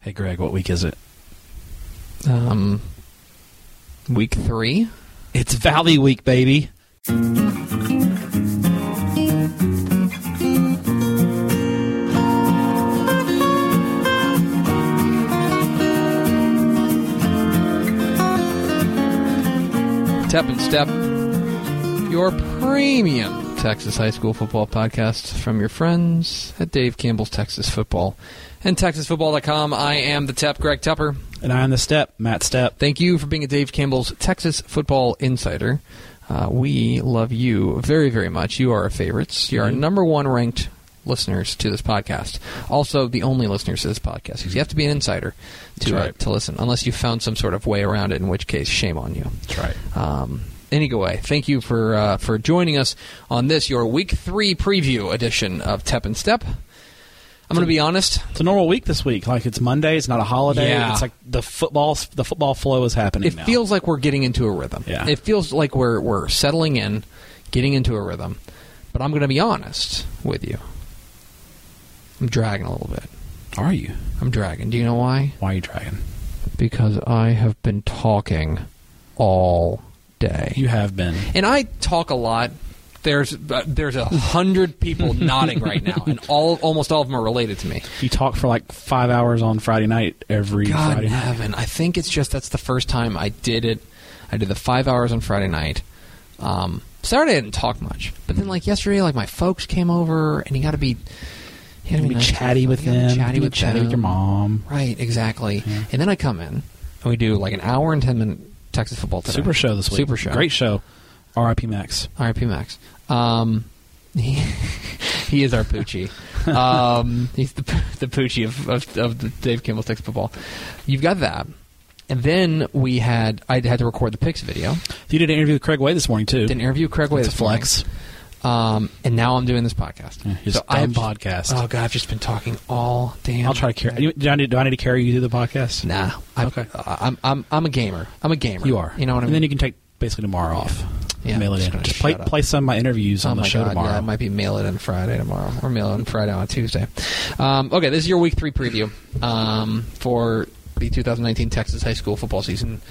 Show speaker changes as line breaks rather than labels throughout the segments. Hey, Greg, what week is it?
Um, week three.
It's Valley Week, baby.
Tep and Step, your premium Texas high school football podcast from your friends at Dave Campbell's Texas Football and TexasFootball.com. I am the Tep, Greg Tepper.
And I on the step, Matt Step.
Thank you for being a Dave Campbell's Texas Football Insider. Uh, we love you very, very much. You are our favorites. You're our
Mm-hmm.
number one ranked listeners to this podcast. Also, the only listeners to this podcast. 'cause you have to be an insider
That's
to, uh,
right.
to listen, unless you found some sort of way around it, in which case, shame on you.
That's right.
Um, anyway, thank you for uh, for joining us on this your week three preview edition of Tep and Step. I'm going to be honest.
It's a normal week this week. Like it's Monday. It's not a holiday.
Yeah.
It's like the football. The football flow is happening.
It
now.
feels like we're getting into a rhythm.
Yeah.
It feels like we're we're settling in, getting into a rhythm. But I'm going to be honest with you. I'm dragging a little bit.
Are you?
I'm dragging. Do you know why?
Why are you dragging?
Because I have been talking all day.
You have been.
and I talk a lot. There's uh, there's a hundred people nodding right now, and all almost all of them are related to me.
You talk for like five hours on Friday night every
God
Friday
in
night.
heaven. I think it's just that's the first time I did it. I did the five hours on Friday night. Um, Saturday I didn't talk much, but then like yesterday, like my folks came over, and you got to be, you got
You
to
can be chatty with them. You
chatty
can be
with
chatty with your
them.
mom.
right? Exactly. And then I come in, and we do like an hour and ten minute Texas football today.
Super show this week.
Super show.
Great show. R.I.P. Max.
RIP Max. Um, he, he is our Poochie. Um, he's the, the Poochie of, of, of the Dave Kimball Texas Football. You've got that. And then we had, I had to record the picks video.
You did an interview with Craig Way this morning too.
Did an interview with Craig Way
It's a
this morning.
flex.
Um, and now I'm doing this podcast.
Yeah, his dumb
I've-
podcast.
Oh, God, I've just been talking all damn
I'll try to carry. Do I need, do I need to carry you through the podcast?
Nah. I, uh,
Okay.
I'm, I'm, I'm a gamer. I'm a gamer.
You are.
You know what I mean?
And then you can take basically tomorrow off.
Yeah,
mail it
I'm just
in.
gonna
Just play,
shut up.
play some of my interviews on
oh
the
my
show
God,
tomorrow.
Yeah, it might be mail it on Friday tomorrow, or mail it on Friday on Tuesday. Um, okay, this is your week three preview um, for the 2019 Texas high school football season.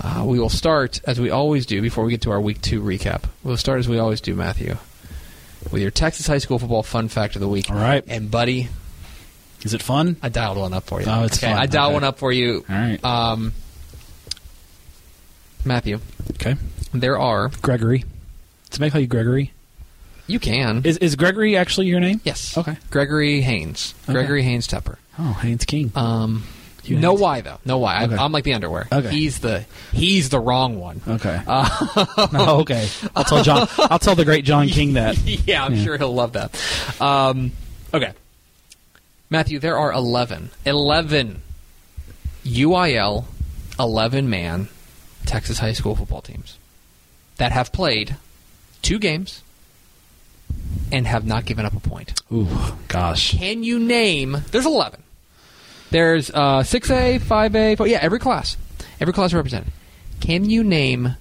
Uh, we will start as we always do before we get to our week two recap. We'll start as we always do, Matthew, with your Texas high school football fun fact of the week.
All right.
and buddy,
Is it fun?
I dialed one up for you.
Oh, it's
okay,
fun.
I dialed
Okay.
one up for you.
All right.
Um, Matthew,
Okay.
there are
Gregory. Does make call you Gregory?
you can
Is is Gregory actually your name?
yes
Okay.
Gregory Haynes
Okay.
Gregory Haynes Tepper.
Oh, Haynes King.
Um,
You
no
hate-
why though. No why. I,
Okay.
I'm like the underwear.
Okay. Oh.
He's the he's the wrong one.
okay.
uh,
No, okay. I'll tell John. I'll tell the great John King that.
yeah, I'm
Yeah.
sure he'll love that. Um, okay, Matthew, there are 11, 11 UIL, eleven man Texas high school football teams that have played two games and have not given up a point.
Ooh, gosh.
Can you name? There's 11. There's uh, 6A, 5A, 4, yeah, every class. Every class represented. Can you name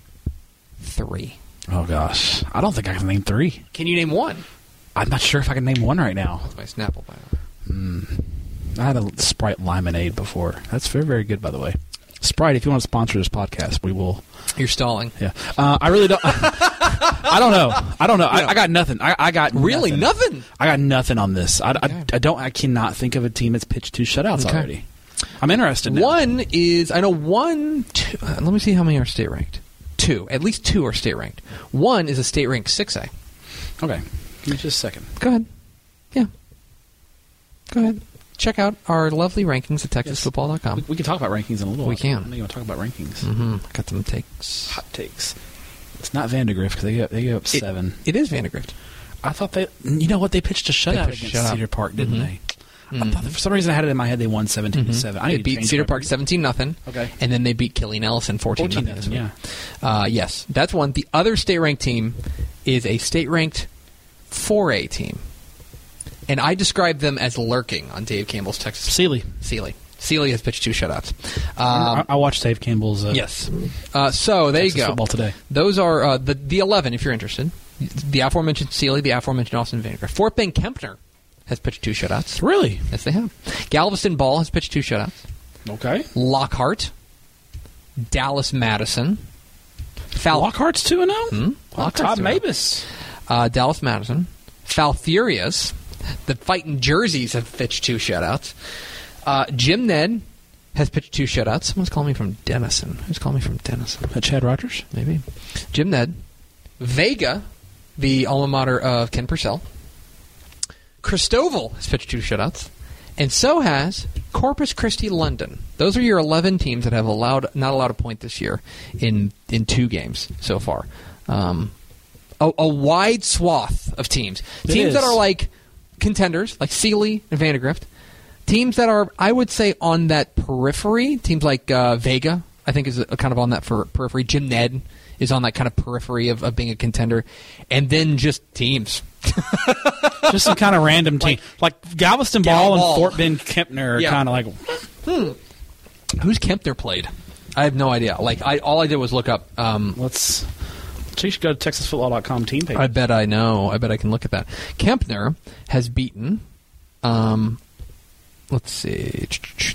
three?
Oh gosh. I don't think I can name three.
Can you name one?
I'm not sure if I can name one right now.
That's my Snapple bio.
I had a Sprite lemonade before. That's very very good, by the way. Sprite, if you want to sponsor this podcast, we will.
You're stalling.
Yeah, uh, I really don't. I don't know. I don't know. I, I got nothing. I, I got
Really?
nothing.
Nothing?
I got nothing on this. I, I-
Okay.
I don't. I cannot think of a team that's pitched two shutouts
Okay.
already. I'm interested. Now.
One is, I know one, two, uh, let me see how many are state ranked. Two. At least two are state ranked. One is a state ranked 6A.
Okay. Give me just a second.
Go ahead. Yeah. Go ahead. Check out our lovely rankings at
We,
texasfootball.com.
we can talk about rankings in a little.
Um, We
while.
can.
I know you want to talk about rankings.
Mm-hmm. Got some takes.
Hot takes. It's not Vandergrift because they gave, they gave up
It-
seven.
It is Vandergrift.
I thought they. You know what? They pitched a shutout
pitched a
against
shutout.
Cedar Park, didn't
Mhm.
they? I thought for some reason I had it in my head they won 17 to seven. I need
Mm-hmm. They
to
beat
change
Cedar
my-
Park seventeen nothing.
Okay.
and then they beat Killeen Ellison fourteen
14
nothing.
nothing. Yeah.
Uh, yes, that's one. The other state ranked team is a state ranked four A team, and I describe them as lurking on Dave Campbell's Texas.
Sealy.
Sealy. Sealy has pitched two shutouts. Um,
I, I watched Dave Campbell's. Uh,
yes. Uh, so there
Texas
you go.
football today.
Those are uh, the the eleven if you're interested. The aforementioned Sealy, the aforementioned Austin Vandergrift. Fort Bend Kempner has pitched two shutouts.
Really?
Yes, they have. Galveston Ball has pitched two shutouts.
Okay.
Lockhart, Dallas Madison, Fal-
Lockhart's 2 0?
Hmm? Lockhart's
Todd
two and oh.
Mabus.
uh, Dallas Madison, Falfurious, the fighting jerseys have pitched two shutouts. Uh, Jim Ned has pitched two shutouts. Someone's calling me from Denison. Who's calling me from Denison?
Uh, Chad Rogers.
Maybe Jim Ned, Vega, the alma mater of Ken Purcell. Cristoval has pitched two shutouts, and so has Corpus Christi London. Those are your 11 teams that have allowed not allowed a point this year in in two games so far. Um, a, a wide swath of teams,
It
teams that
is.
are like contenders, like Sealy and Vandergrift. Teams that are, I would say, on that periphery. Teams like uh, Vega, I think, is uh kind of on that for periphery. Jim Ned is on that kind of periphery of, of being a contender, and then just teams.
Just some kind of random team. Like, Galveston Ball,
Gal Ball.
and Fort Bend Kempner are
Yeah.
kind of like,
Who's Kempner played? I have no idea. Like I, all I did was look up. Um,
let's. So you should go to TexasFootball.com team page.
I bet I know. I bet I can look at that. Kempner has beaten. Um, let's see.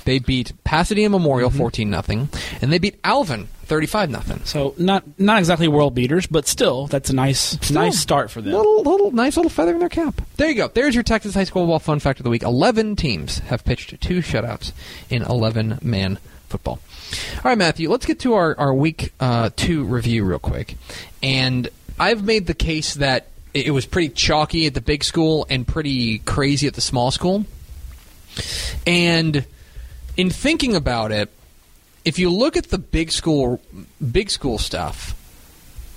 They beat Pasadena Memorial fourteen nothing, and they beat Alvin thirty five nothing.
so not not exactly world beaters, but still, that's a nice nice start for them.
Little, little, nice little feather in their cap. There you go. There's your Texas high school football fun fact of the week. Eleven teams have pitched two shutouts in eleven-man football. All right, Matthew. Let's get to our our week uh, two review real quick. And I've made the case that it it was pretty chalky at the big school and pretty crazy at the small school. And in thinking about it, if you look at the big school big school stuff,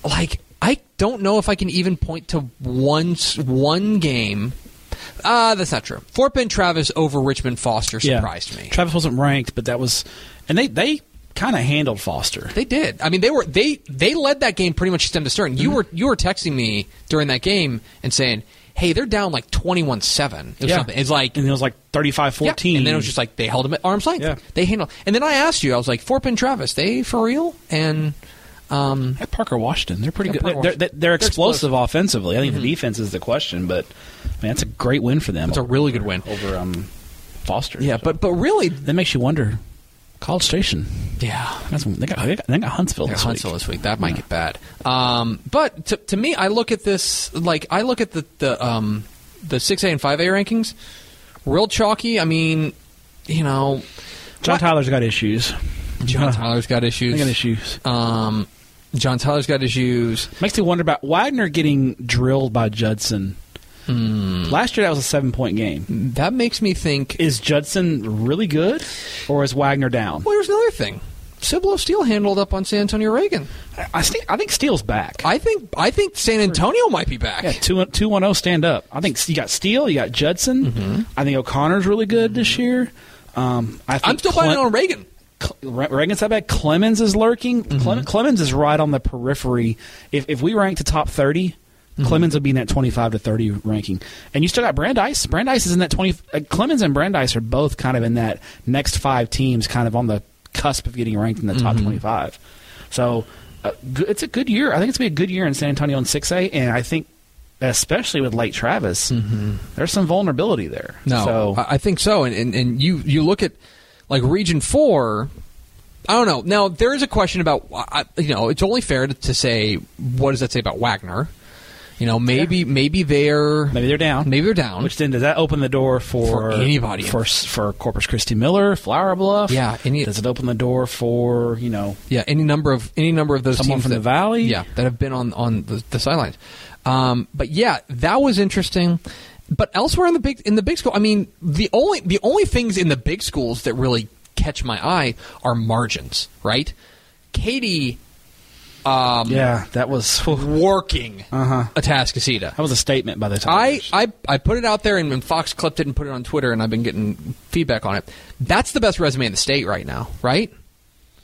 like I don't know if I can even point to one s- one game. Ah, that's not true. Fort Bend Travis over Richmond Foster surprised me.
Travis wasn't ranked, but that was, and they they kind of handled Foster.
They did. I mean, they were they they led that game pretty much stem to stern. You were you were texting me during that game and saying, "Hey, they're down like twenty one seven or something." It's like
and it was like 35-14.
Yeah, And then it was just like they held him at arm's length.
Yeah.
They handled. And then I asked you, I was like, Fort Bend Travis, they for real? And um,
At Parker Washington, they're pretty
Yeah,
good.
Parker
They're, they're, they're,
Washington. They're
explosive offensively. I think the defense is the question, but man, that's a great win for them.
it's a really good win.
over um, Foster.
Yeah,
So
but but really,
that makes you wonder. College Station.
yeah.
That's, they, got, they, got, they got Huntsville.
They're
this
Huntsville
Week.
this week. That might get bad. Um, but to, to me, I look at this like I look at the the um, the six A and five A rankings, real chalky. I mean, you know,
John
What?
Tyler's got issues.
John Tyler's got
They got
issues.
issues.
Um, John Tyler's got issues.
Makes me wonder about Wagner getting drilled by Judson.
Hmm.
Last year that was a seven point game.
That makes me think
Is Judson really good, or is Wagner down?
Well, here's another thing. Cibolo Steele handled up on San Antonio Reagan.
I, I think I think Steele's back.
I think I think San Antonio might be back.
Yeah, two two one zero stand up. I think you got Steele, you got Judson. I think O'Connor's really good this year. Um, I think
I'm still
Cle-
buying on Reagan.
Cle- Re- Reagan's not bad. Clemens is lurking. Clem- Clemens is right on the periphery. If if we ranked the top 30 Clemens would be in that twenty five to thirty ranking. And you still got Brandeis. Brandeis is in that twenty. Uh, Clemens and Brandeis are both kind of in that next five teams, kind of on the cusp of getting ranked in the top five. So uh, g- it's a good year. I think it's gonna be a good year in San Antonio in six A, and I think. Especially with late Travis, there's some vulnerability there. so,
I, I think so. And, and and you you look at like Region Four. I don't know. Now there is a question about I- you know it's only fair to, to say what does that say about Wagner? You know maybe maybe they're
Maybe they're down.
Maybe they're down.
Which then does that open the door for,
For anybody.
for for Corpus Christi Miller, Flower Bluff?
Yeah, any-
does it open the door for you know?
Yeah, any number of any number of those
Someone
teams
from
that,
the Valley?
Yeah, that have been on on the, the sidelines. Um, but yeah, that was interesting. But elsewhere in the big in the big school, I mean, the only the only things in the big schools that really catch my eye are margins, right? Katie um,
Yeah, that was whew,
working uh
Uh-huh.
Atascocita.
that was a statement by the time.
I, I, I put it out there, and, and Fox clipped it and put it on Twitter, and I've been getting feedback on it. That's the best resume in the state right now, right?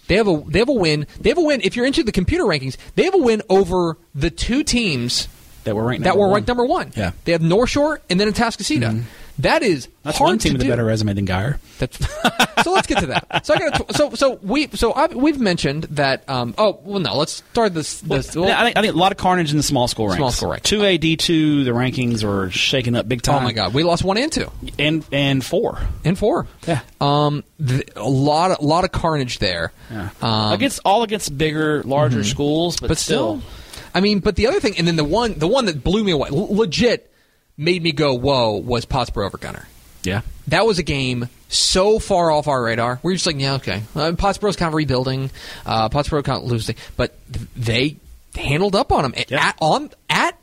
They have a they have a win. They have a win. If you're into the computer rankings, they have a win over the two teams
that were ranked
that
number
were
one.
ranked number one.
Yeah. Mm-hmm.
They have North Shore and then Atascocita. That is
That's
hard
one team
to
with
do.
a better resume than Geyer.
That's, so let's get to that. So I got to, so so we so I, we've mentioned that. Um, oh well, no. Let's start this. this Uh, well,
Yeah, I, think, I think a lot of carnage in the small school ranks.
Small school ranks.
Two A D two. The rankings were shaken up big
oh
time.
my God, we lost one and two
And and four.
and four.
Yeah.
Um, th- a lot a lot of carnage there. Um,
against all against bigger, larger schools, but,
Mm-hmm. but
still,
still, I mean, but the other thing, and then the one the one that blew me away, l- legit made me go whoa, was Pottsboro over Gunner.
yeah.
that was a game so far off our radar. We were just like, yeah, okay. Uh, Pottsboro's kind of rebuilding. Uh, Pottsboro kind of losing, but th- they handled up on them at,
Yeah.
at- on at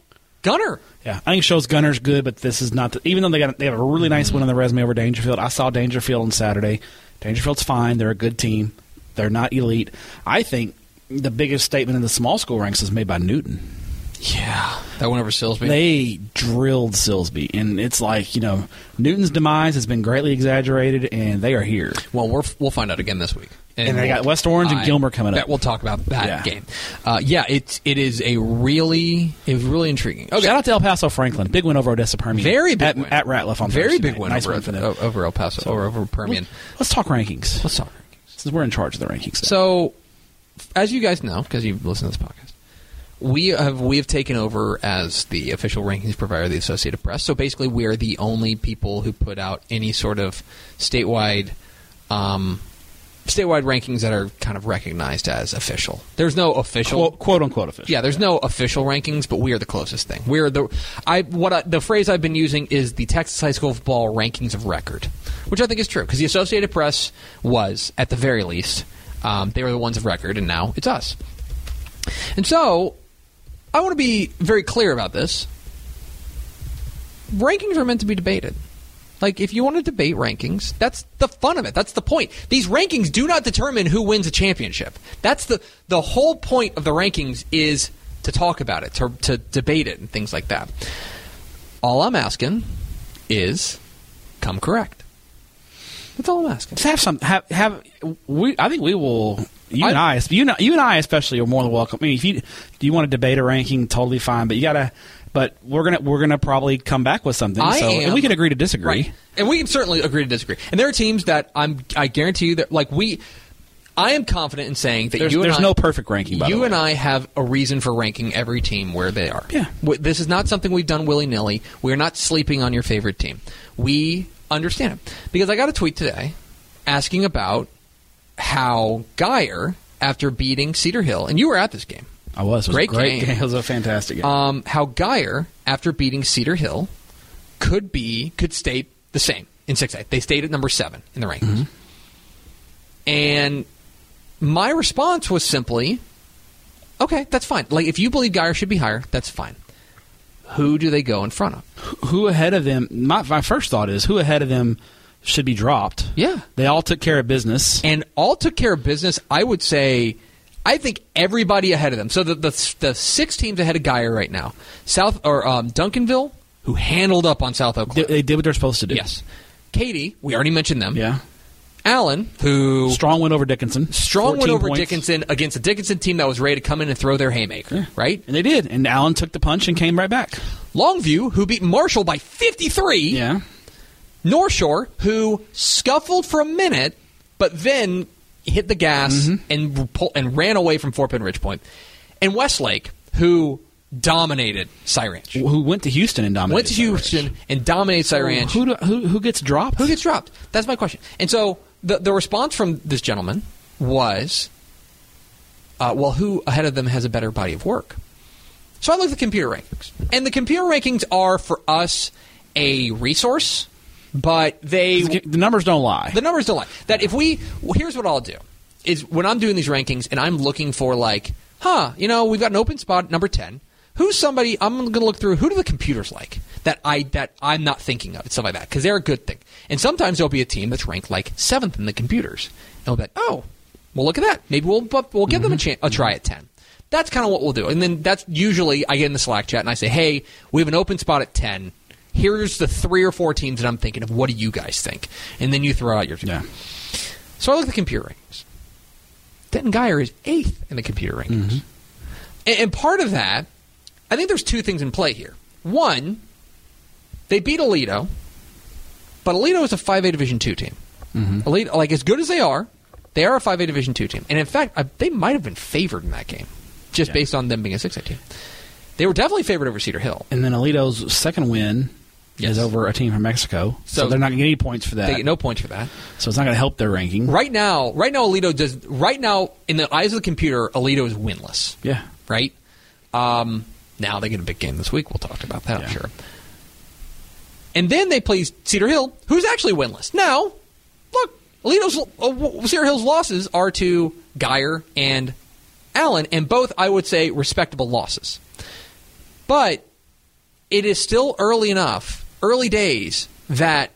Gunner.
Yeah, I think shows Gunner's good, but this is not. The, even though they got they have a really nice win on the resume over Dangerfield. I saw Dangerfield on Saturday. Dangerfield's fine. They're a good team. They're not elite. I think the biggest statement in the small school ranks is made by Newton.
Yeah, that went over Silsby.
They drilled Silsby, and it's like you know Newton's demise has been greatly exaggerated, and they are here.
well, we're, f- we'll find out again this week.
And they
we'll-
got West Orange and
I
Gilmer coming
bet
up.
We'll talk about that
Yeah.
game. Uh, yeah, it's it is a really it was really intriguing. Okay,
Shout out to El Paso Franklin. Big win over Odessa Permian.
very big
at,
win
at Ratliff on
very
Thursday
big
night.
win
Nice
over,
win for them.
o- over El Paso or over Permian.
Let's talk rankings.
Let's talk.
Since we're in charge of the rankings.
So, as you guys know, because you've listened to this podcast, we have we have taken over as the official rankings provider of the Associated Press. So basically, we are the only people who put out any sort of statewide. Um, Statewide rankings that are kind of recognized as official. There's no official
quote, quote unquote official.
yeah, there's no official rankings, but we are the closest thing. We're the I what I, the phrase I've been using is the Texas high school football rankings of record, which I think is true because the Associated Press was at the very least um, they were the ones of record, and now it's us. And so, I want to be very clear about this. Rankings are meant to be debated. Like, if you want to debate rankings, that's the fun of it. That's the point. These rankings do not determine who wins a championship. That's the the whole point of the rankings is to talk about it, to, to debate it, and things like that. All I'm asking is come correct. That's all I'm asking.
Just have some. Have, have we? I think we will. You
I-
and I, you know, you and I especially are more than welcome. I mean, if you do you want to debate a ranking, totally fine. But you gotta. But we're gonna we're gonna probably come back with something.
I
so
am-
and we can agree to disagree.
Right. And we can certainly agree to disagree. And there are teams that I'm I guarantee you that like we I am confident in saying that
There's,
you and
there's
I-
no perfect ranking. By the
you
way.
and I have a reason for ranking every team where they are.
Yeah.
W- This is not something we've done willy nilly. We're not sleeping on your favorite team. We understand it. Because I got a tweet today asking about how Geyer, after beating Cedar Hill, and you were at this game,
I was, it was
Great
a great
game.
game. It was a fantastic game.
um, how Geyer, after beating Cedar Hill, could be could stay the same in six A. They stayed at number seven in the rankings. And my response was simply, "Okay, that's fine. Like if you believe Geyer should be higher, that's fine. Who do they go in front of?
who ahead of them? My my first thought is who ahead of them should be dropped.
Yeah.
they all took care of business.
and all took care of business. I would say, I think everybody ahead of them. So the the, the six teams ahead of Geyer right now, South or um, Duncanville, who handled up on South
They,
Oakland.
they did what they're supposed to do.
yes, Katie, we already mentioned them.
Yeah.
Allen, who
Strong win over Dickinson.
strong went
14
over
points.
Dickinson against a Dickinson team that was ready to come in and throw their haymaker, right?
And they did. And Allen took the punch and came right back.
Longview, who beat Marshall by fifty three.
Yeah.
North Shore, who scuffled for a minute, but then hit the gas
Mm-hmm.
and pull, and ran away from Fort Penn Ridge Point, and Westlake, who dominated Cy Ranch,
Who went to Houston and dominated.
went to
that
Houston
race.
and dominated Cy Ranch.
Who, do, who, who gets dropped?
Who gets dropped? That's my question. And so the the response from this gentleman was, uh, "Well, who ahead of them has a better body of work?" So I looked at the computer rankings, and the computer rankings are for us a resource, but they
The numbers don't lie.
the numbers don't lie. That if we, well, here's what I'll do is when I'm doing these rankings and I'm looking for like, huh, you know, we've got an open spot number ten. Who's somebody I'm going to look through? Who do the computers like that I that I'm not thinking of and stuff like that because they're a good thing. And sometimes there'll be a team that's ranked like seventh in the computers, and we'll be like, oh, well look at that. Maybe we'll but we'll give them a, chan a try at ten. That's kind of what we'll do. And then that's usually I get in the Slack chat and I say, hey, we have an open spot at ten. Here's the three or four teams that I'm thinking of. What do you guys think? And then you throw out your team.
yeah.
So I look at the computer rankings. Denton Geyer is eighth in the computer rankings. And, and part of that, I think there's two things in play here. One, they beat Alito, But Alito is a 5A Division two team.
Mm-hmm.
Alito, like as good as they are, they are a 5A Division two team. And in fact, I, they might have been favored in that game, just
Yeah.
based on them being a 6A team. They were definitely favored over Cedar Hill.
And then Alito's second win
Yes.
is over a team from Mexico, so,
So-
they're not going to get any points for that.
They get no points for that.
So it's not going to help their ranking.
Right now, right now, Alito does. Right now, in the eyes of the computer, Alito is winless.
Yeah.
right? Um, now they get a big game this week. We'll talk about that,
Yeah.
I'm sure. And then they play Cedar Hill, who's actually winless. Now, look, Alito's, uh, w- Cedar Hill's losses are to Geyer and Allen, and both, I would say, respectable losses. But it is still early enough, early days, that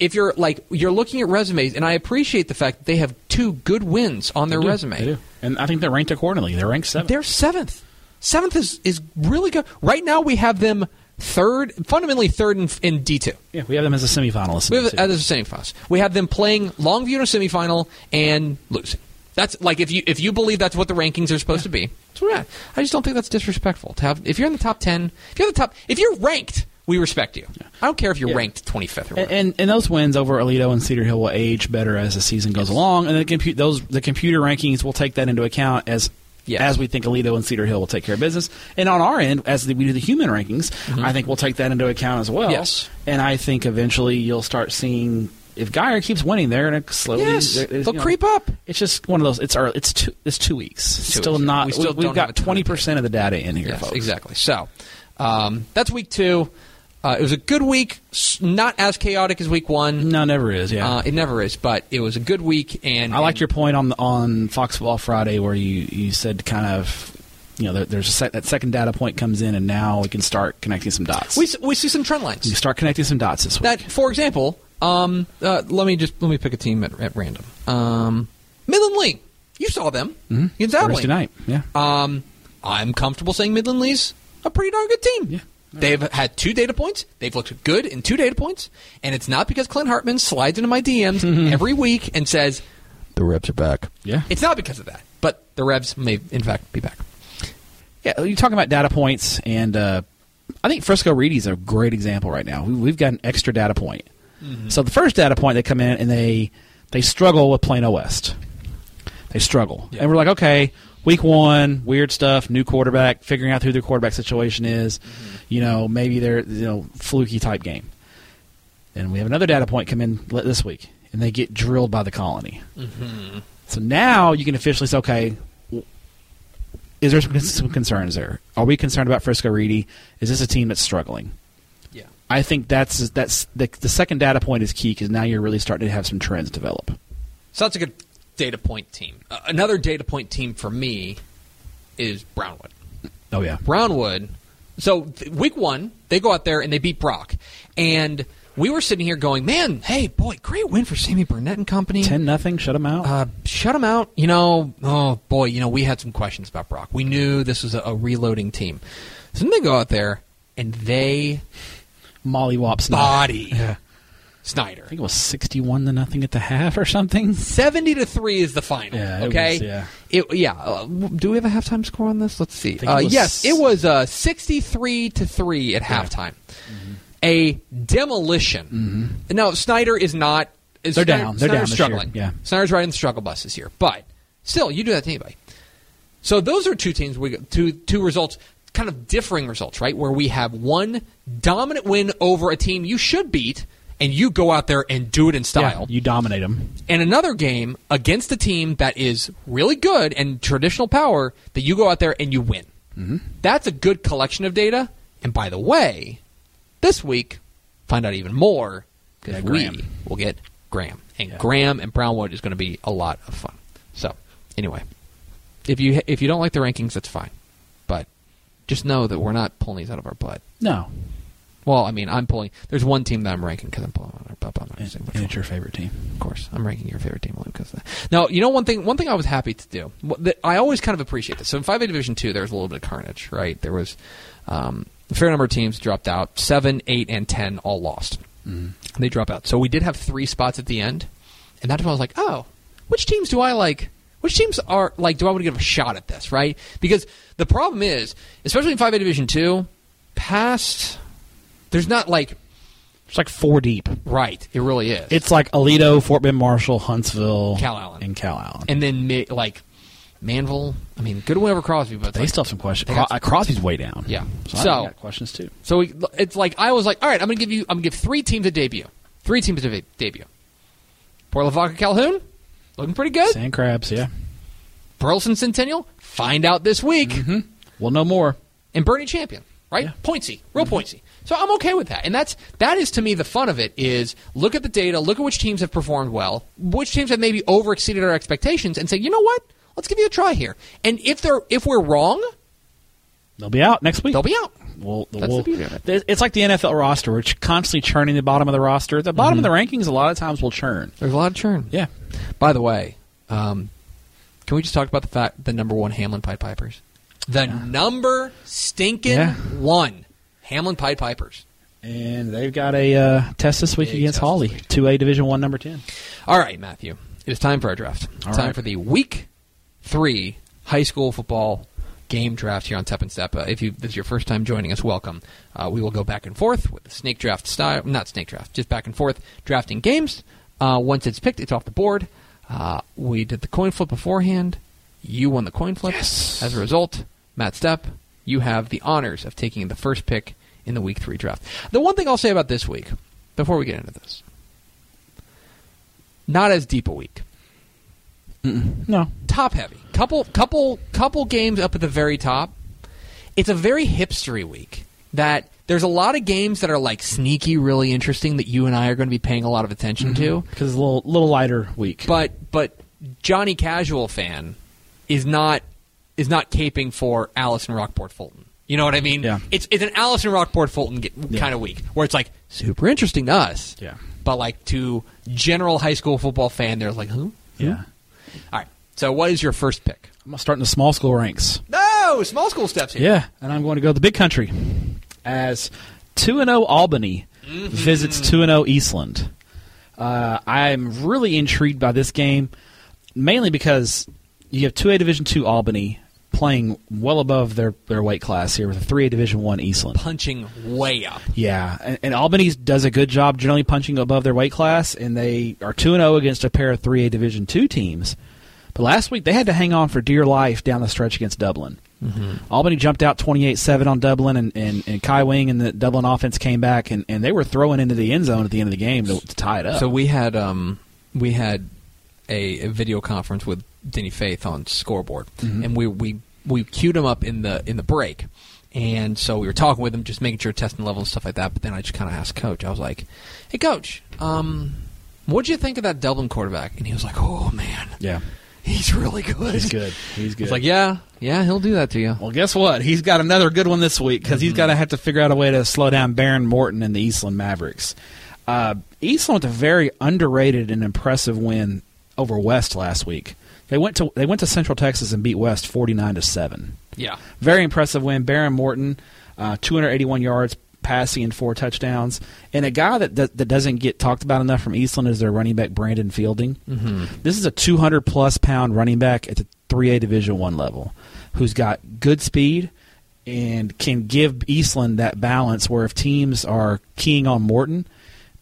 if you're like you're looking at resumes, and I appreciate the fact that they have two good wins on their
They do.
resume.
They do. And I think they're ranked accordingly. They're ranked 7th
They're seventh. Seventh is, is really good. Right now, we have them third, fundamentally third in, in D2.
yeah, we have them as a semifinalist. in
We have
the
uh,
two.
there's a semifinals. We have them playing Longview in a semifinal and losing. That's like if you if you believe that's what the rankings are supposed to be. That's what we have. I just don't think that's disrespectful to have. If you're in the top ten, if you're the top, if you're ranked, we respect you. I don't care if you're
Yeah.
ranked 25th or
and,
whatever.
and and those wins over Alito and Cedar Hill will age better as the season goes along, and the compu- those the computer rankings will take that into account as
Yes.
as we think Alito and Cedar Hill will take care of business. And on our end, as the, we do the human rankings, I think we'll take that into account as well.
Mm-hmm. Yes.
and I think eventually you'll start seeing if Geyer keeps winning, they're going to slowly
Yes,
they're-
they'll
you know,
creep up.
It's just one of those. It's early. It's two. It's two weeks.
two
still
weeks.
not.
We
We
still don't
have
have a
got
ton of
twenty percent of the data in here,
Yes,
folks.
exactly. So um, that's week two. Uh, it was a good week, s- not as chaotic as week one.
No, never is. Yeah.
Uh, it never is, but it was a good week, and
I liked
and-
your point on on Foxball Friday where you, you said kind of you know there, there's a sec, that second data point comes in and now we can start connecting some dots.
We, s- we see some trend lines.
you start connecting some dots this week.
That, for example, um, uh, let me just let me pick a team at, at random. Um, Midland Lee, you saw them against Abilene.
Mm-hmm. Thursday night. Yeah.
Um, I'm comfortable saying Midland Lee's a pretty darn good team.
Yeah.
They've had two data points. They've looked good in two data points, and it's not because Clint Hartman slides into my DMs every week and says the Rebs are back.
Yeah.
It's not because of that, but the Rebs may in fact be back.
yeah. You're talking about data points and uh, I think Frisco Reedy is a great example right now. We, we've got an extra data point. So the first data point they come in and they they struggle with Plano West. They struggle.
Yeah.
And we're like, okay, week one, weird stuff, new quarterback, figuring out who their quarterback situation is. You know, maybe they're, you know, fluky type game. And we have another data point come in li- this week, and they get drilled by the colony. So now you can officially say, okay, w- is there some, some concerns there? Are we concerned about Frisco Reedy? Is this a team that's struggling?
Yeah.
I think that's that's the, the second data point is key because now you're really starting to have some trends develop.
So that's a good data point team. Uh, another data point team for me is Brownwood.
Oh yeah,
Brownwood. So th- week one, they go out there and they beat Brock, and we were sitting here going, "Man, hey, boy, great win for Sammy Burnett and company."
ten nothing, shut them out.
uh, shut him out. You know, oh boy, you know, we had some questions about Brock. We knew this was a, a reloading team. So then they go out there and they
Molly Wops.
body
Yeah.
Snyder.
I think it was sixty-one to nothing at the half or something.
70 to 3 is the final.
Yeah, it
okay?
was, yeah.
It- yeah. Uh, w- do we have a halftime score on this? Let's see.
think it
Uh,
was-
yes, it was uh, 63 to 3 at halftime.
Mm-hmm.
A demolition. No, Snyder is not. is
They're
Snyder-
down. They're down this
Snyder's
year.
struggling.
Yeah.
Snyder's riding the struggle bus this year. But still, you do that to anybody. So those are two teams we got two two results kind of differing results, right? Where we have one dominant win over a team you should beat and you go out there and do it in style
Yeah, you dominate them.
and another game against a team that is really good and traditional power that you go out there and you win. Mm-hmm. That's a good collection of data. And by the way, this week, find out even more
Yeah,
because we
Graham.
will get Graham. And
Yeah.
Graham and Brownwood is going to be a lot of fun. So, anyway, if you if you don't like the rankings, that's fine. But just know that we're not pulling these out of our butt.
No,
Well, I mean, I'm pulling. There's one team that I'm ranking because I'm pulling out of our butt. I'm not
and,
saying which
and
one
it's your favorite team.
of course. I'm ranking your favorite team only because of that. Now, you know one thing. One thing I was happy to do. wh- That I always kind of appreciate this. So in 5A Division Two, there was a little bit of carnage, right? There was um, a fair number of teams dropped out. Seven, eight, and ten all lost. They drop out. So we did have three spots at the end, and that's when I was like, oh, which teams do I like? Which teams are like? Do I want to give a shot at this? Right? Because the problem is, especially in 5A Division Two, past there's not like
It's like four deep.
Right. It really is.
It's like Alito, Fort Bend Marshall, Huntsville,
Cal Allen.
and Cal Allen.
and then mi- like Manville. I mean, good win over Crosby, but
they
like-
still have some questions.
They got
Cro- uh, Crosby's way down.
Yeah.
so, I
So-
got questions too.
So we, it's like I was like, all right, I'm gonna give you, I'm gonna give three teams a debut, three teams a de- debut. Port Lavaca Calhoun, looking pretty good.
Sand crabs, yeah.
Burleson Centennial, find out this week,
We'll know more.
and Bernie Champion,
Mm-hmm.
right?
Yeah. Mm-hmm.
Pointsy, real pointsy. So I'm okay with that, and that's that is to me the fun of it is look at the data, look at which teams have performed well, which teams have maybe over exceeded our expectations, and say, you know what, let's give you a try here. And if they're if we're wrong,
They'll be out next week.
they'll be out.
We'll,
That's
we'll-
the beauty of it.
There's- It's like the NFL roster. We're ch- constantly churning the bottom of the roster. At the bottom of the
Mm-hmm.
rankings, a lot of times we'll churn.
There's a lot of churn.
Yeah.
By the way, um, can we just talk about the fact the number one Hamlin Pied Pipers? The number stinking
Yeah.
one Hamlin Pied Pipers.
And they've got a uh, test this week
Big
against
test this
Hawley,
week.
2A Division 1, number 10.
All right, Matthew. It is time for our draft.
All
time
right.
for the week three high school football game draft here on Tep and Step. Uh, if you this is your first time joining us, welcome. Uh, we will go back and forth with the snake draft style, not snake draft, just back and forth drafting games. Uh, once it's picked, it's off the board. Uh, we did the coin flip beforehand. You won the coin flip.
Yes.
As a result, Matt Step, you have the honors of taking the first pick in the week three draft. The one thing I'll say about this week, before we get into this, not as deep a week.
No.
Top heavy. Couple couple couple games up at the very top. It's a very hipstery week. That there's a lot of games that are like sneaky, really interesting that you and I are going to be paying a lot of attention to.
Because it's a little, little lighter week.
But but Johnny Casual fan is not is not caping for Allison Rockport Fulton. You know what I mean?
Yeah.
It's it's an Allison Rockport Fulton ge-
Yeah.
kind of week where it's like super interesting to us.
Yeah.
But like to general high school football fan, they're like, who?
yeah.
All right. So what is your first pick?
I'm starting the small school ranks.
No, small school steps here.
Yeah, and I'm going to go to the big country as 2 and 0 Albany visits 2 and 0 Eastland. Uh, I'm really intrigued by this game mainly because you have 2A Division 2 Albany playing well above their, their weight class here with a 3A Division 1 Eastland.
Punching way up.
Yeah, and, and Albany does a good job generally punching above their weight class, and they are two and zero against a pair of three A Division two teams. But last week they had to hang on for dear life down the stretch against Dublin.
Mm-hmm.
Albany jumped out twenty eight seven on Dublin, and, and, and Kai Wing and the Dublin offense came back, and, and they were throwing into the end zone at the end of the game to, to tie it up.
So we had um we had a, a video conference with Denny Faith on scoreboard,
Mm-hmm.
and we we we queued him up in the in the break. And so we were talking with him, just making sure testing level and stuff like that. But then I just kind of asked Coach. I was like, "Hey, Coach, um, what'd you think of that Dublin quarterback?" And he was like, "Oh man,
yeah,
he's really good.
he's good. He's good.
It's like, "Yeah, yeah, Mm-hmm. he'll do that to you."
Well, guess what? He's got another good one this week because he's got to have to figure out a way to slow down Baron Morton and the Eastland Mavericks. Uh, Eastland with a very underrated and impressive win over West last week. They went to they went to Central Texas and beat West forty nine to seven.
Yeah,
Very impressive win. Baron Morton, uh, 281 yards passing and four touchdowns. And a guy that, that that doesn't get talked about enough from Eastland is their running back Brandon Fielding. Mm-hmm. This is a 200 plus pound running back at the 3A Division One level, who's got good speed and can give Eastland that balance where if teams are keying on Morton.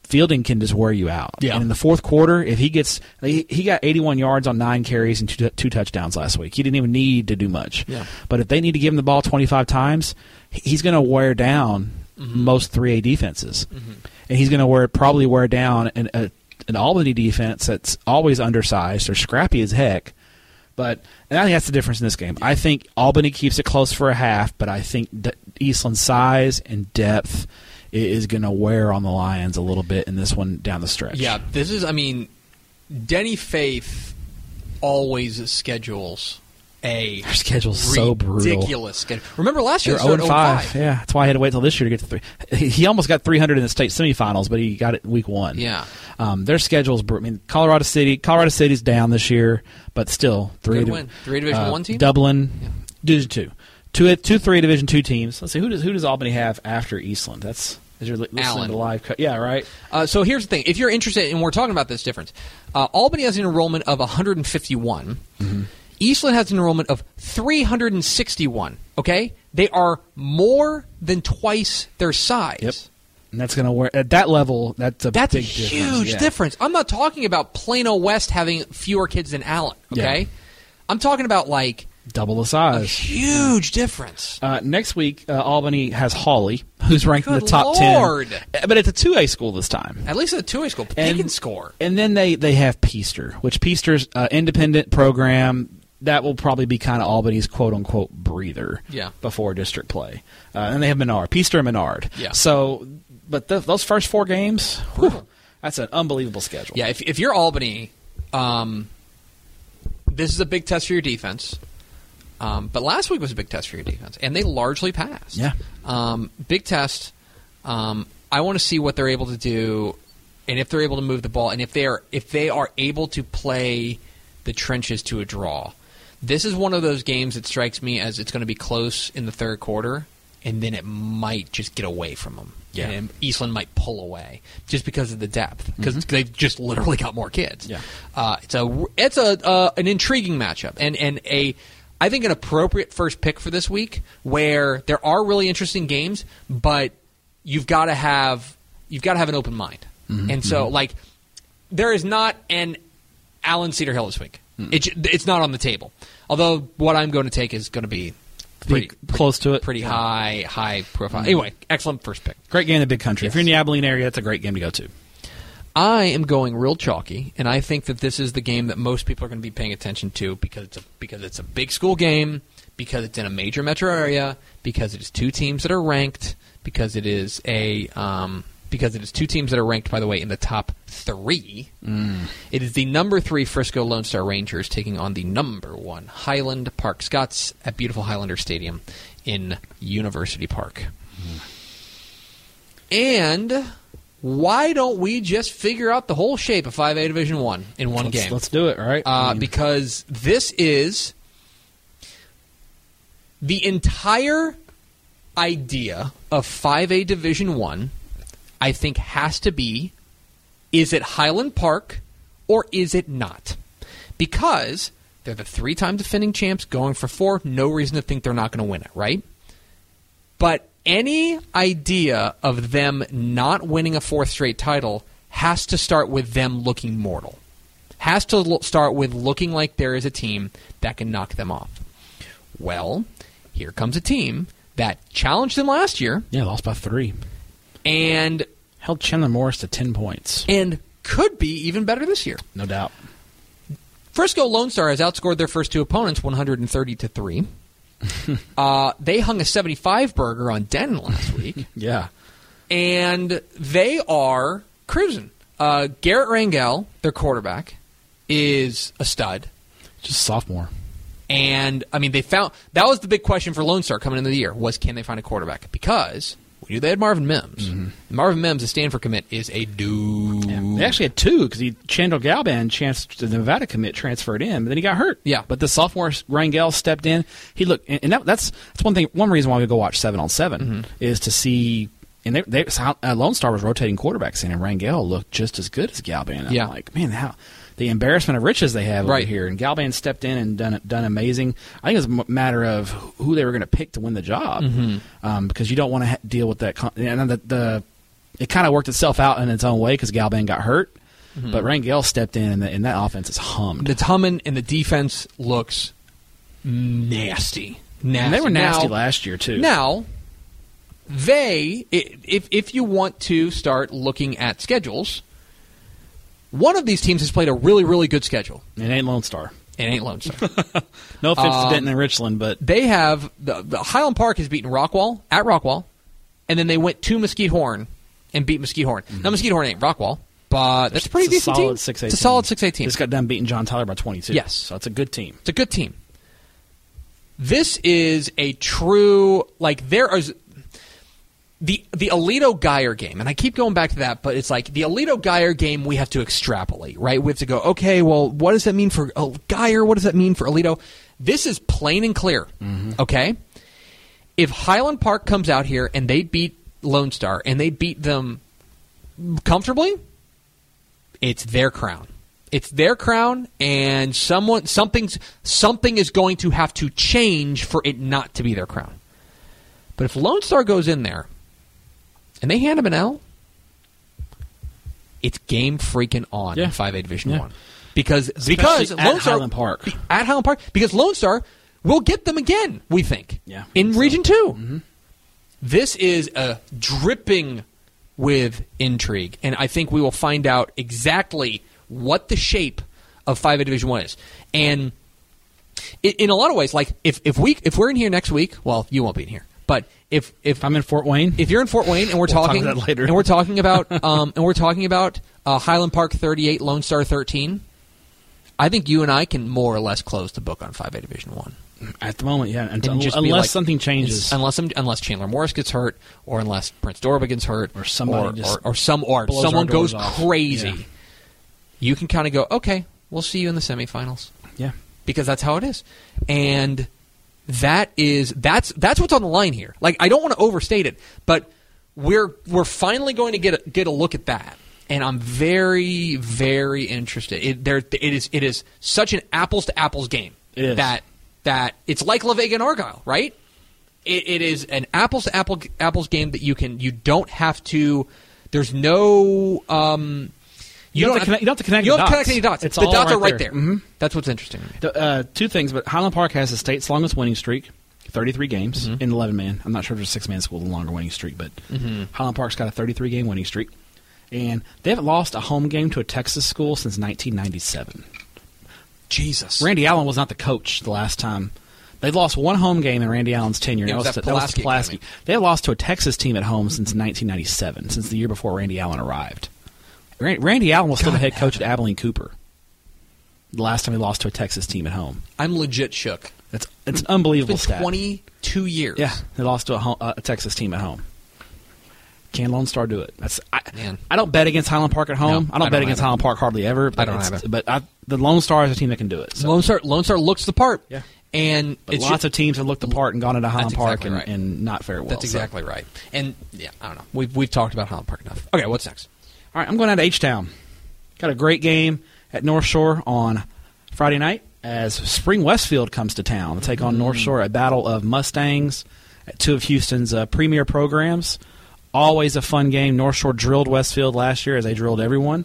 Fielding can just wear you out.
Yeah.
And in the fourth quarter, if he gets, he, he got 81 yards on nine carries and two, two touchdowns last week. He didn't even need to do much.
Yeah.
But if they need to give him the ball 25 times, he- he's going to wear down most 3A defenses. And he's going to wear probably wear down an, a, an Albany defense that's always undersized or scrappy as heck. But and I think that's the difference in this game. I think Albany keeps it close for a half, but I think D- Eastland's size and depth i- is going to wear on the Lions a little bit in this one down the stretch.
Yeah, this is. I mean, Denny Faith always schedules a
Their schedule's so brutal.
ridiculous schedule. Remember last year oh
They're
they started
0 5.
0-5.
Yeah, that's why I had to wait till this year to get to three. He- He almost got 300 in the state semifinals, but he got it week one.
Yeah.
Um, their schedule's brutal. I mean, Colorado City, Colorado City's down this year, but still three
Good
to-
win. Three Division One team?
Dublin,
Yeah.
Division two, two, two, three Division two teams. Let's see who does who does Albany have after Eastland? That's is your li- listening
Allen.
to live. Co- yeah, right.
Uh, so here's the thing: if you're interested, and we're talking about this difference, uh, Albany has an enrollment of 151.
Mm-hmm.
Eastland has an enrollment of 361. Okay, they are more than twice their size.
Yep. And that's going to work at that level. That's a
That's a
big
huge
difference. Yeah.
difference. I'm not talking about Plano West having fewer kids than Allen. Okay,
Yeah.
I'm talking about like
Double the
a
size.
huge difference.
Uh, next week, uh, Albany has Hawley, who's ranked in
Good
the top
Lord.
ten. Uh, But it's a two A school this time.
At least at a two A school, they
And-
can score.
And then they they have Peaster, which Peaster's uh, independent program that will probably be kind of Albany's quote unquote breather.
Yeah.
Before district play, uh, and they have Menard, Peaster, and Menard.
Yeah.
So, but th those first four games, whew, that's an unbelievable schedule.
Yeah, if, if you're Albany, um, this is a big test for your defense. Um, but last week was a big test for your defense, and they largely passed.
Yeah.
Um, big test. Um, I want to see what they're able to do, and if they're able to move the ball, and if they are if they are able to play the trenches to a draw. This is one of those games that strikes me as it's going to be close in the third quarter, and then it might just get away from them.
Yeah.
And Eastland might pull away just because of the depth, because they've just literally got more kids.
Mm-hmm. Yeah.
Uh, it's a it's a uh, an intriguing matchup and and a I think an appropriate first pick for this week where there are really interesting games, but you've got to have you've got to have an open mind.
Mm-hmm.
And so like there is not an Allen Cedar Hill this week. It j it's not on the table. Although what I'm going to take is going to be pretty,
Be close to it. Mm-hmm.
pretty high high profile. Anyway, excellent first pick.
Great game in the big country.
Yes.
If you're in the Abilene area, that's a great game to go to.
I am going real chalky, and I think that this is the game that most people are going to be paying attention to because it's a, because it's a big school game, because it's in a major metro area, because it is two teams that are ranked, because it is a um, because it is two teams that are ranked by the way in the top three. It is the number three Frisco Lone Star Rangers taking on the number one Highland Park Scots at beautiful Highlander Stadium in University Park. And why don't we just figure out the whole shape of 5A Division 1 in one
let's,
game?
Let's do it. All right.
uh, because this is the entire idea of 5A Division 1 I think has to be is it Highland Park or is it not? Because they're the three-time defending champs going for four, no reason to think they're not going to win it, right? But any idea of them not winning a fourth straight title has to start with them looking mortal. Has to lo- start with looking like there is a team that can knock them off. Well, here comes a team that challenged them last year
yeah, lost by three.
and
Held Chandler Morris to ten points.
and could be even better this year.
No doubt.
Frisco Lone Star has outscored their first two opponents 130 to 3. uh, they hung a 75 burger on Denton last week.
Yeah.
and they are cruising. Uh, Garrett Rangel, their quarterback, is a stud.
Just sophomore.
And I mean, they found that was the big question for Lone Star coming into the year was can they find a quarterback? Because we knew they had Marvin Mims.
Mm-hmm.
Marvin Mims, a Stanford commit, is a dude.
They actually had two because he Chandler Galban, chance the Nevada commit, transferred in, but then he got hurt.
Yeah.
but the sophomore Rangel stepped in. He looked, and, and that, that's that's one thing. One reason why we go watch seven on 7
Mm-hmm.
is to see. And they, they uh, Lone Star was rotating quarterbacks in, and Rangel looked just as good as Galban. I'm
Yeah.
like man, how the embarrassment of riches they have
Right.
over here. And Galban stepped in and done done amazing. I think it's a m- matter of who they were going to pick to win the job, um, because you don't want to ha- deal with that. Con- and the, the it kind of worked itself out in its own way because Galban got hurt, but Rangel stepped in and, the, and that offense is hummed.
The Tumman and the defense looks nasty. Nasty.
and they were nasty
Now-
last year too.
Now, they, i- if if you want to start looking at schedules, one of these teams has played a really really good schedule.
it ain't Lone Star.
It ain't Lone Star.
No offense
Um,
to Denton and Richland, but
they have the, the Highland Park has beaten Rockwall at Rockwall, and then they went to Mesquite Horn and beat Mesquite Horn. Now Mesquite Horn ain't Rockwall, but that's a pretty
Mm-hmm. it's a
decent
solid
team.
six
It's a solid six eight team.
Just got done beating John Tyler by twenty two.
Yes.
so it's a good team.
It's a good team. This is a true like there is the the Alito Geyer game, and I keep going back to that, but it's like the Alito Geyer game. We have to extrapolate, right? We have to go, okay, well, what does that mean for oh, Geyer? What does that mean for Alito? This is plain and clear, okay? If Highland Park comes out here and they beat Lone Star and they beat them comfortably, it's their crown. It's their crown, and someone, something's, something is going to have to change for it not to be their crown. But if Lone Star goes in there and they hand him an L, it's game freaking on
Yeah.
in five A Division
Yeah.
One because
Especially
because
at
Lone Star
Highland Park.
be- at Highland Park because Lone Star will get them again. We think
Yeah, I
in
think so. mm-hmm.
Region 2 This is a dripping with intrigue, and I think we will find out exactly what the shape of five A Division One is and in, in a lot of ways, like if, if we if we're in here next week, well, you won't be in here. But if if
I'm in Fort Wayne.
if you're in Fort Wayne and we're
talk
talking
about that later.
and we're talking about um, and we're talking about uh, Highland Park 38, Lone Star 13, I think you and I can more or less close the book on 5A Division One.
at the moment, yeah.
And
Until,
just be
unless
like-
something changes.
unless some- unless Chandler Morris gets hurt, or unless Prince Dorba gets hurt,
Or somebody
or,
just
or, or some or
blows our
someone
doors
goes
off.
crazy,
Yeah.
you can kind of go, okay, we'll see you in the semifinals.
yeah.
because that's how it is. And that is that's that's what's on the line here. Like I don't want to overstate it, but we're we're finally going to get a, get a look at that. And I'm very very interested. It there it is it is such an apples to apples game.
It is.
That that it's like LaVega and Argyle, right? It, it is an apples to apple apples game that you can you don't have to there's no um
You don't have to connect- you don't have to connect
you
the
don't have to
dots.
connect any dots.
It's
the
all
dots
right
are right
there.
there.
Mhm.
That's what's interesting to me.
The, Uh, two things, but Highland Park has the state's longest winning streak, 33 games
Mm-hmm.
in 11 man. I'm not sure if there's a six man school with a longer winning streak, but
Mm-hmm.
Highland Park's got a 33 game winning streak. And they haven't lost a home game to a Texas school since 1997.
Jesus.
Randy Allen was not the coach the last time. They lost one home game in Randy Allen's tenure.
Yeah,
and
it was
that, was to-
at
that was
Pulaski
to
Academy.
Pulaski. They had lost to a Texas team at home since 1997, since the year before Randy Allen arrived. Ran- Randy Allen was still the head coach at Abilene Cooper. The last time he lost to a Texas team at home.
I'm legit shook.
That's it's an unbelievable
It's been
stat.
22 years.
Yeah, they lost to a, home, a Texas team at home. Can Lone Star do it? That's I.
Man.
I don't bet against Highland Park at home.
No,
I don't
I
bet
don't
against
either.
Highland Park hardly ever. But
don't
it's-
either.
But I, the Lone Star is a team that can do it. So.
Lone Star Lone Star looks the part.
Yeah.
And
But
it's
lots
ju-
of teams have looked apart and gone into Highland
That's
Park
exactly
and,
right.
and not very well.
That's
so.
exactly right. And yeah, I don't know. We've we've talked about Highland Park enough. Okay, what's next?
All right, I'm going out to H Town. Got a great game at North Shore on Friday night as Spring Westfield comes to town to take on North Shore. A battle of Mustangs at two of Houston's uh, premier programs. Always a fun game. North Shore drilled Westfield last year as they drilled everyone.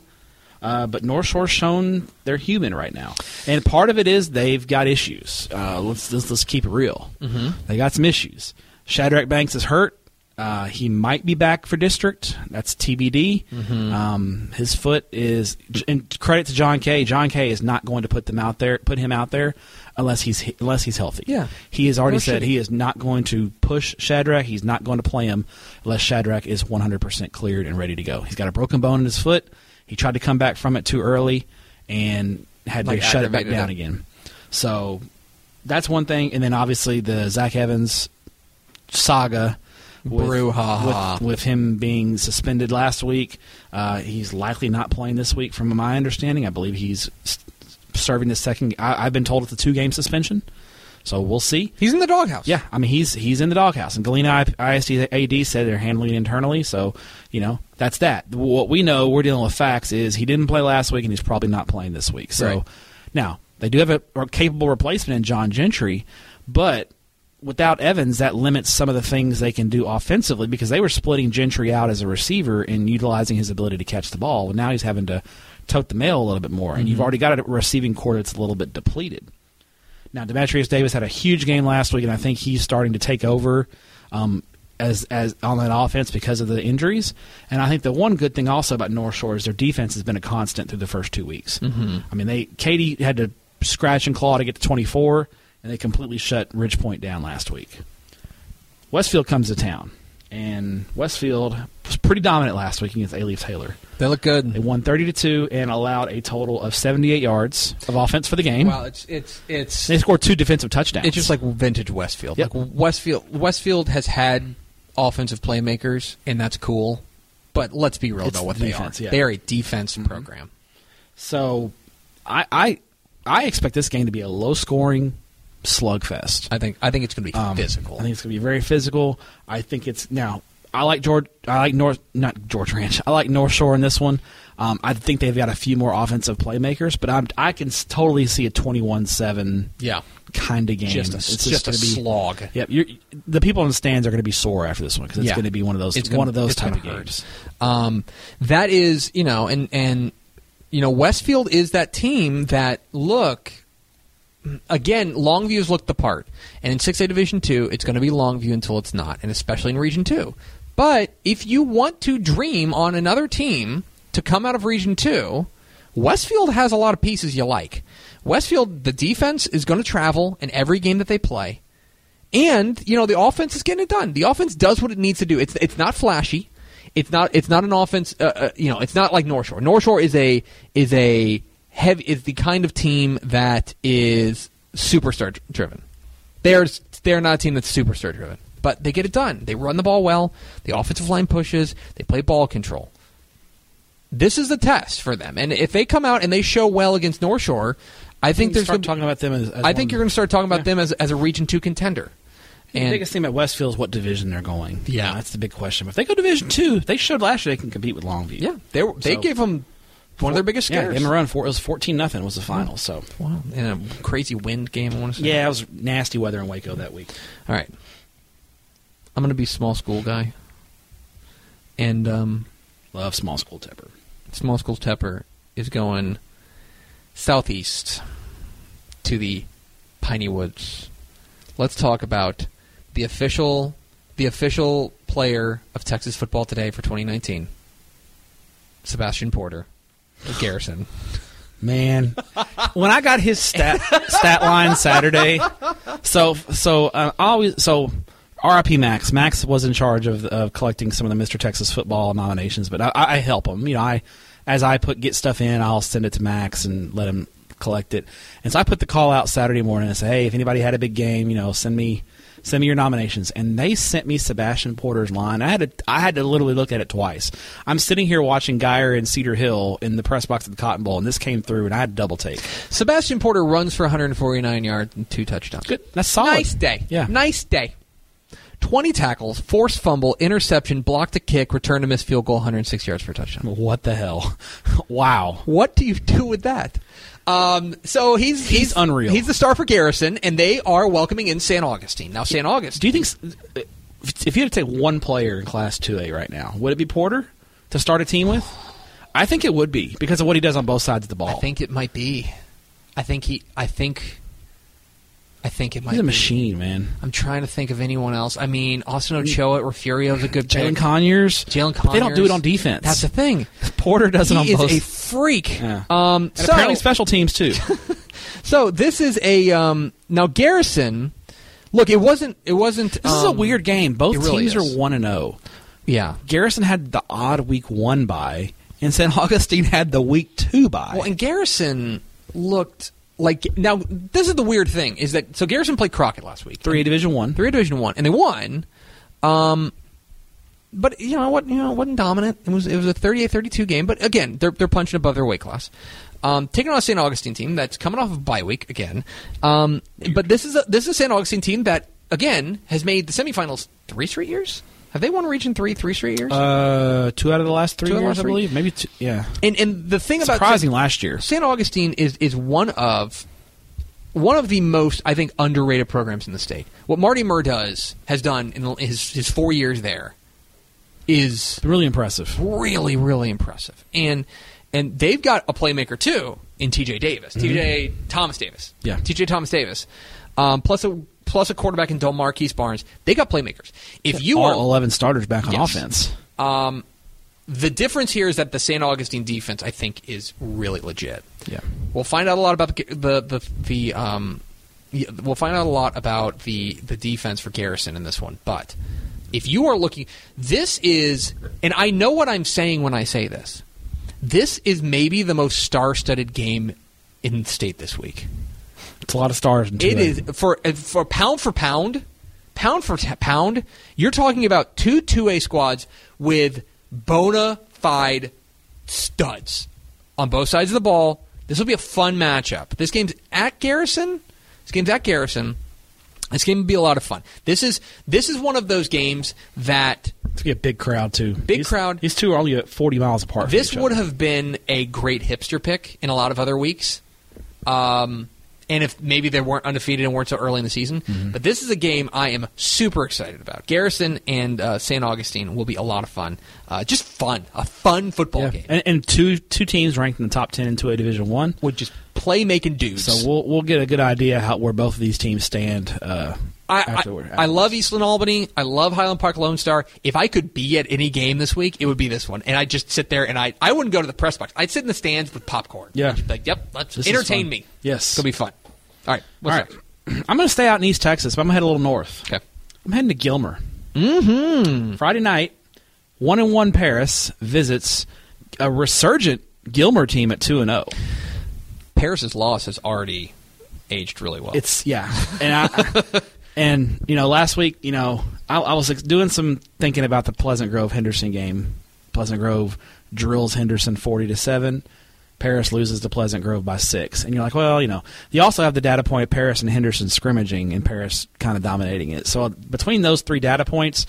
Uh, but North Shore's shown they're human right now, and part of it is they've got issues. Uh, let's, let's let's keep it real. Mm-hmm. They got some issues. Shadrach Banks is hurt. Uh, he might be back for district. That's TBD. Um, his foot is. And credit to John Kay. John Kay is not going to put them out there. Put him out there unless he's unless he's healthy.
Yeah.
he has already
Nor should
said
he.
he is not going to push Shadrach. He's not going to play him unless Shadrach is 100% cleared and ready to go. He's got a broken bone in his foot. He tried to come back from it too early and had
Like
to shut it back
aggravated
down
it.
again. So that's one thing. And then obviously the Zach Evans saga. With,
Brouhaha.
with, with him being suspended last week, uh, he's likely not playing this week. From my understanding, I believe he's s- serving the second. I, I've been told it's a two-game suspension, so we'll see.
He's in the doghouse.
Yeah, I mean he's he's in the doghouse, and Galena ISD AD said they're handling it internally. So you know that's that. What we know, we're dealing with facts. Is he didn't play last week, and he's probably not playing this week. So
Right.
now they do have a, a capable replacement in John Gentry, but without Evans, that limits some of the things they can do offensively because they were splitting Gentry out as a receiver and utilizing his ability to catch the ball. And now he's having to tote the mail a little bit more, and
Mm-hmm.
you've already got a receiving core that's a little bit depleted. Now, Demetrius Davis had a huge game last week, and I think he's starting to take over um, as as on that offense because of the injuries. And I think the one good thing also about North Shore is their defense has been a constant through the first two weeks. Mm-hmm. I mean, they Katie had to scratch and claw to get to 24, and they completely shut Ridge Point down last week. Westfield comes to town, and Westfield was pretty dominant last week against A. Taylor.
They look
They
good.
won 30 to two and allowed a total of 78 yards of offense for the game.
Well, it's it's it's
They scored two defensive touchdowns.
it's just like vintage Westfield.
Yep.
Like Westfield Westfield has had offensive playmakers and that's cool. But let's be real
It's
about what
the
they
defense,
are.
yeah. Mm-hmm.
They are a defense program.
So, I I I expect this game to be a low scoring slugfest.
I think I think it's going to be
Um,
physical.
I think it's going to be very physical. I think it's now. I like George. I like North, not George Ranch. I like North Shore in this one. Um, I think they've got a few more offensive playmakers, but I'm, I can s- totally see a 21-7
Yeah.
kind of game.
Just a,
It's
just a
gonna be-
slog.
Yep, you're, the people in the stands are going to be sore after this one because it's
Yeah.
going to be one of those
It's gonna-
one of those
it's
type of
gonna hurt.
games.
Um, that is, you know, and and you know, Westfield is that team that look again. Longview's looked the part, and in six A Division two, it's going to be Longview until it's not, and especially in Region two. But if you want to dream on another team to come out of Region two, Westfield has a lot of pieces you like. Westfield, the defense is going to travel in every game that they play. And you know the offense is getting it done. The offense does what it needs to do. It's it's not flashy. It's not it's not an offense. Uh, uh, you know it's not like North Shore. North Shore is a is a heavy is the kind of team that is superstar dr- driven. They're they're not a team that's superstar driven, but they get it done. They run the ball well. The offensive line pushes. They play ball control this is the test for them. And if they come out and they show well against North Shore, I think
You
there's
start
gonna be-
talking about them as- as
I think
one-
you're going to start talking about them as, as a Region Two contender.
the
And
biggest thing about Westfield is what division they're going.
Yeah.
that's the big question. If they go Division Two, they showed last year they can compete with Longview.
yeah, they were, they
So-
gave them one of their biggest
yeah,
scares.
they run four. It was fourteen nothing was the final. So
wow, in a crazy wind game. I want to say.
yeah, it was nasty weather in Waco that week.
All right. I'm going to be small school guy. And um,
Love small school Tepper.
small school Tepper is going southeast to the Piney Woods. Let's talk about the official the official player of Texas football today for 2019. Sebastian Porter, of Garrison.
Man, when I got his stat stat line Saturday, so so uh, always so. RIP Max. Max was in charge of, of collecting some of the Mr. Texas football nominations, but I, I help him. You know, I as I put get stuff in, I'll send it to Max and let him collect it. And so I put the call out Saturday morning and say, hey, if anybody had a big game, you know, send me send me your nominations. And they sent me Sebastian Porter's line. I had to I had to literally look at it twice. I'm sitting here watching Geyer and Cedar Hill in the press box at the Cotton Bowl, and this came through, and I had to double take.
Sebastian Porter runs for 149 yards and two touchdowns.
Good, that's solid.
Nice day.
Yeah.
Nice day. 20 tackles, forced fumble, interception, blocked a kick, return to miss field goal, 106 yards for a touchdown.
What the hell? wow.
What do you do with that? Um, so he's, he's
unreal.
He's the star for Garrison, and they are welcoming in San Augustine now. San Augustine.
Do you think if- if you had to take one player in Class 2A right now, would it be Porter to start a team with? I think it would be because of what he does on both sides of the ball.
I think it might be. I think he. I think. I think it might.
he's a
be.
machine, man.
I'm trying to think of anyone else. I mean, Austin Ochoa or Furio's a good
Jalen
pick.
Conyers.
Jalen
But They don't do
Conyers.
it on defense.
That's the thing.
Porter does it on
He is
both.
a freak.
Yeah.
Um,
and
so-
apparently special teams too.
So this is a um, now Garrison. Look, it wasn't. It wasn't.
This is a weird game. Both
Um, it really
teams
is.
are one and zero.
Yeah.
Garrison had the odd week one by, and San Augustine had the week two by.
Well, and Garrison looked like now. This is the weird thing is that so Garrison played Crockett last week,
Three A Division One.
three Division One, and they won. Um, but you know what? You know, it wasn't dominant. It was it was a 38-32 game. But again, they're they're punching above their weight class. Um, taking on a St. Augustine team that's coming off of bye week again. Um, but this is a this is a St. Augustine team that again has made the semifinals three straight years. Have they won Region three three straight years?
Uh, two out of the last three
Two out of the
years,
last
I
three.
believe. Maybe two. Yeah,
and and the thing about
surprising last year.
San Augustine is is one of one of the most I think underrated programs in the state. What Marty Murr does has done in his his four years there is
Really impressive.
really really impressive, and and they've got a playmaker too in T.J. Davis, T.J. Thomas Davis,
Mm-hmm. Yeah.
T.J. Thomas Davis, um, plus a plus a quarterback in Del Marquise Barnes. They got playmakers. If you
All
are
eleven starters back on
Yes.
offense.
um, the difference here is that the St. Augustine defense, I think, is really legit.
Yeah.
We'll find out a lot about the the the, the um, y- we'll find out a lot about the the defense for Garrison in this one. But if you are looking, this is, and I know what I'm saying when I say this. This is maybe the most star-studded game in state this week.
It's a lot of stars. In two
It
A.
is for uh, for pound for pound, pound for t- pound. You're talking about two two A squads with bona fide studs on both sides of the ball. This will be a fun matchup. This game's at Garrison. This game's at Garrison. This game will be a lot of fun. This is this is one of those games that
It's gonna be a big crowd too.
Big
These-
crowd.
These two are only at forty miles apart. from
This
each
would
other.
have been a great hipster pick in a lot of other weeks. Um, and if maybe they weren't undefeated and weren't so early in the season,
Mm-hmm.
but this is a game I am super excited about. Garrison and uh, San Augustine will be a lot of fun. Uh, just fun, a fun football
Yeah.
game
And, and two two teams ranked in the top ten into a Division One.
with just playmaking dudes.
So we'll we'll get a good idea how where both of these teams stand. Uh,
I,
afterward.
I, I love Eastland Albany. I love Highland Park Lone Star. If I could be at any game this week, it would be this one. And I'd just sit there and I I wouldn't go to the press box. I'd sit in the stands with popcorn.
Yeah.
I'd just be like, yep, let's
This is
entertain
fun.
me.
Yes.
It's gonna be fun. All right.
All
What's
right, I'm going to stay out in East Texas, but I'm going to head a little north.
next? Okay.
I'm heading to Gilmer. Mm-hmm. Friday night, one and one Paris visits a resurgent Gilmer team at two and oh. zero.
Paris's loss has already aged really well.
It's yeah, and I and you know last week you know I, I was doing some thinking about the Pleasant Grove Henderson game. Pleasant Grove drills Henderson forty to seven. Paris loses to Pleasant Grove by six, and you're like, well, you know, you also have the data point of Paris and Henderson scrimmaging, and Paris kind of dominating it. So uh, between those three data points,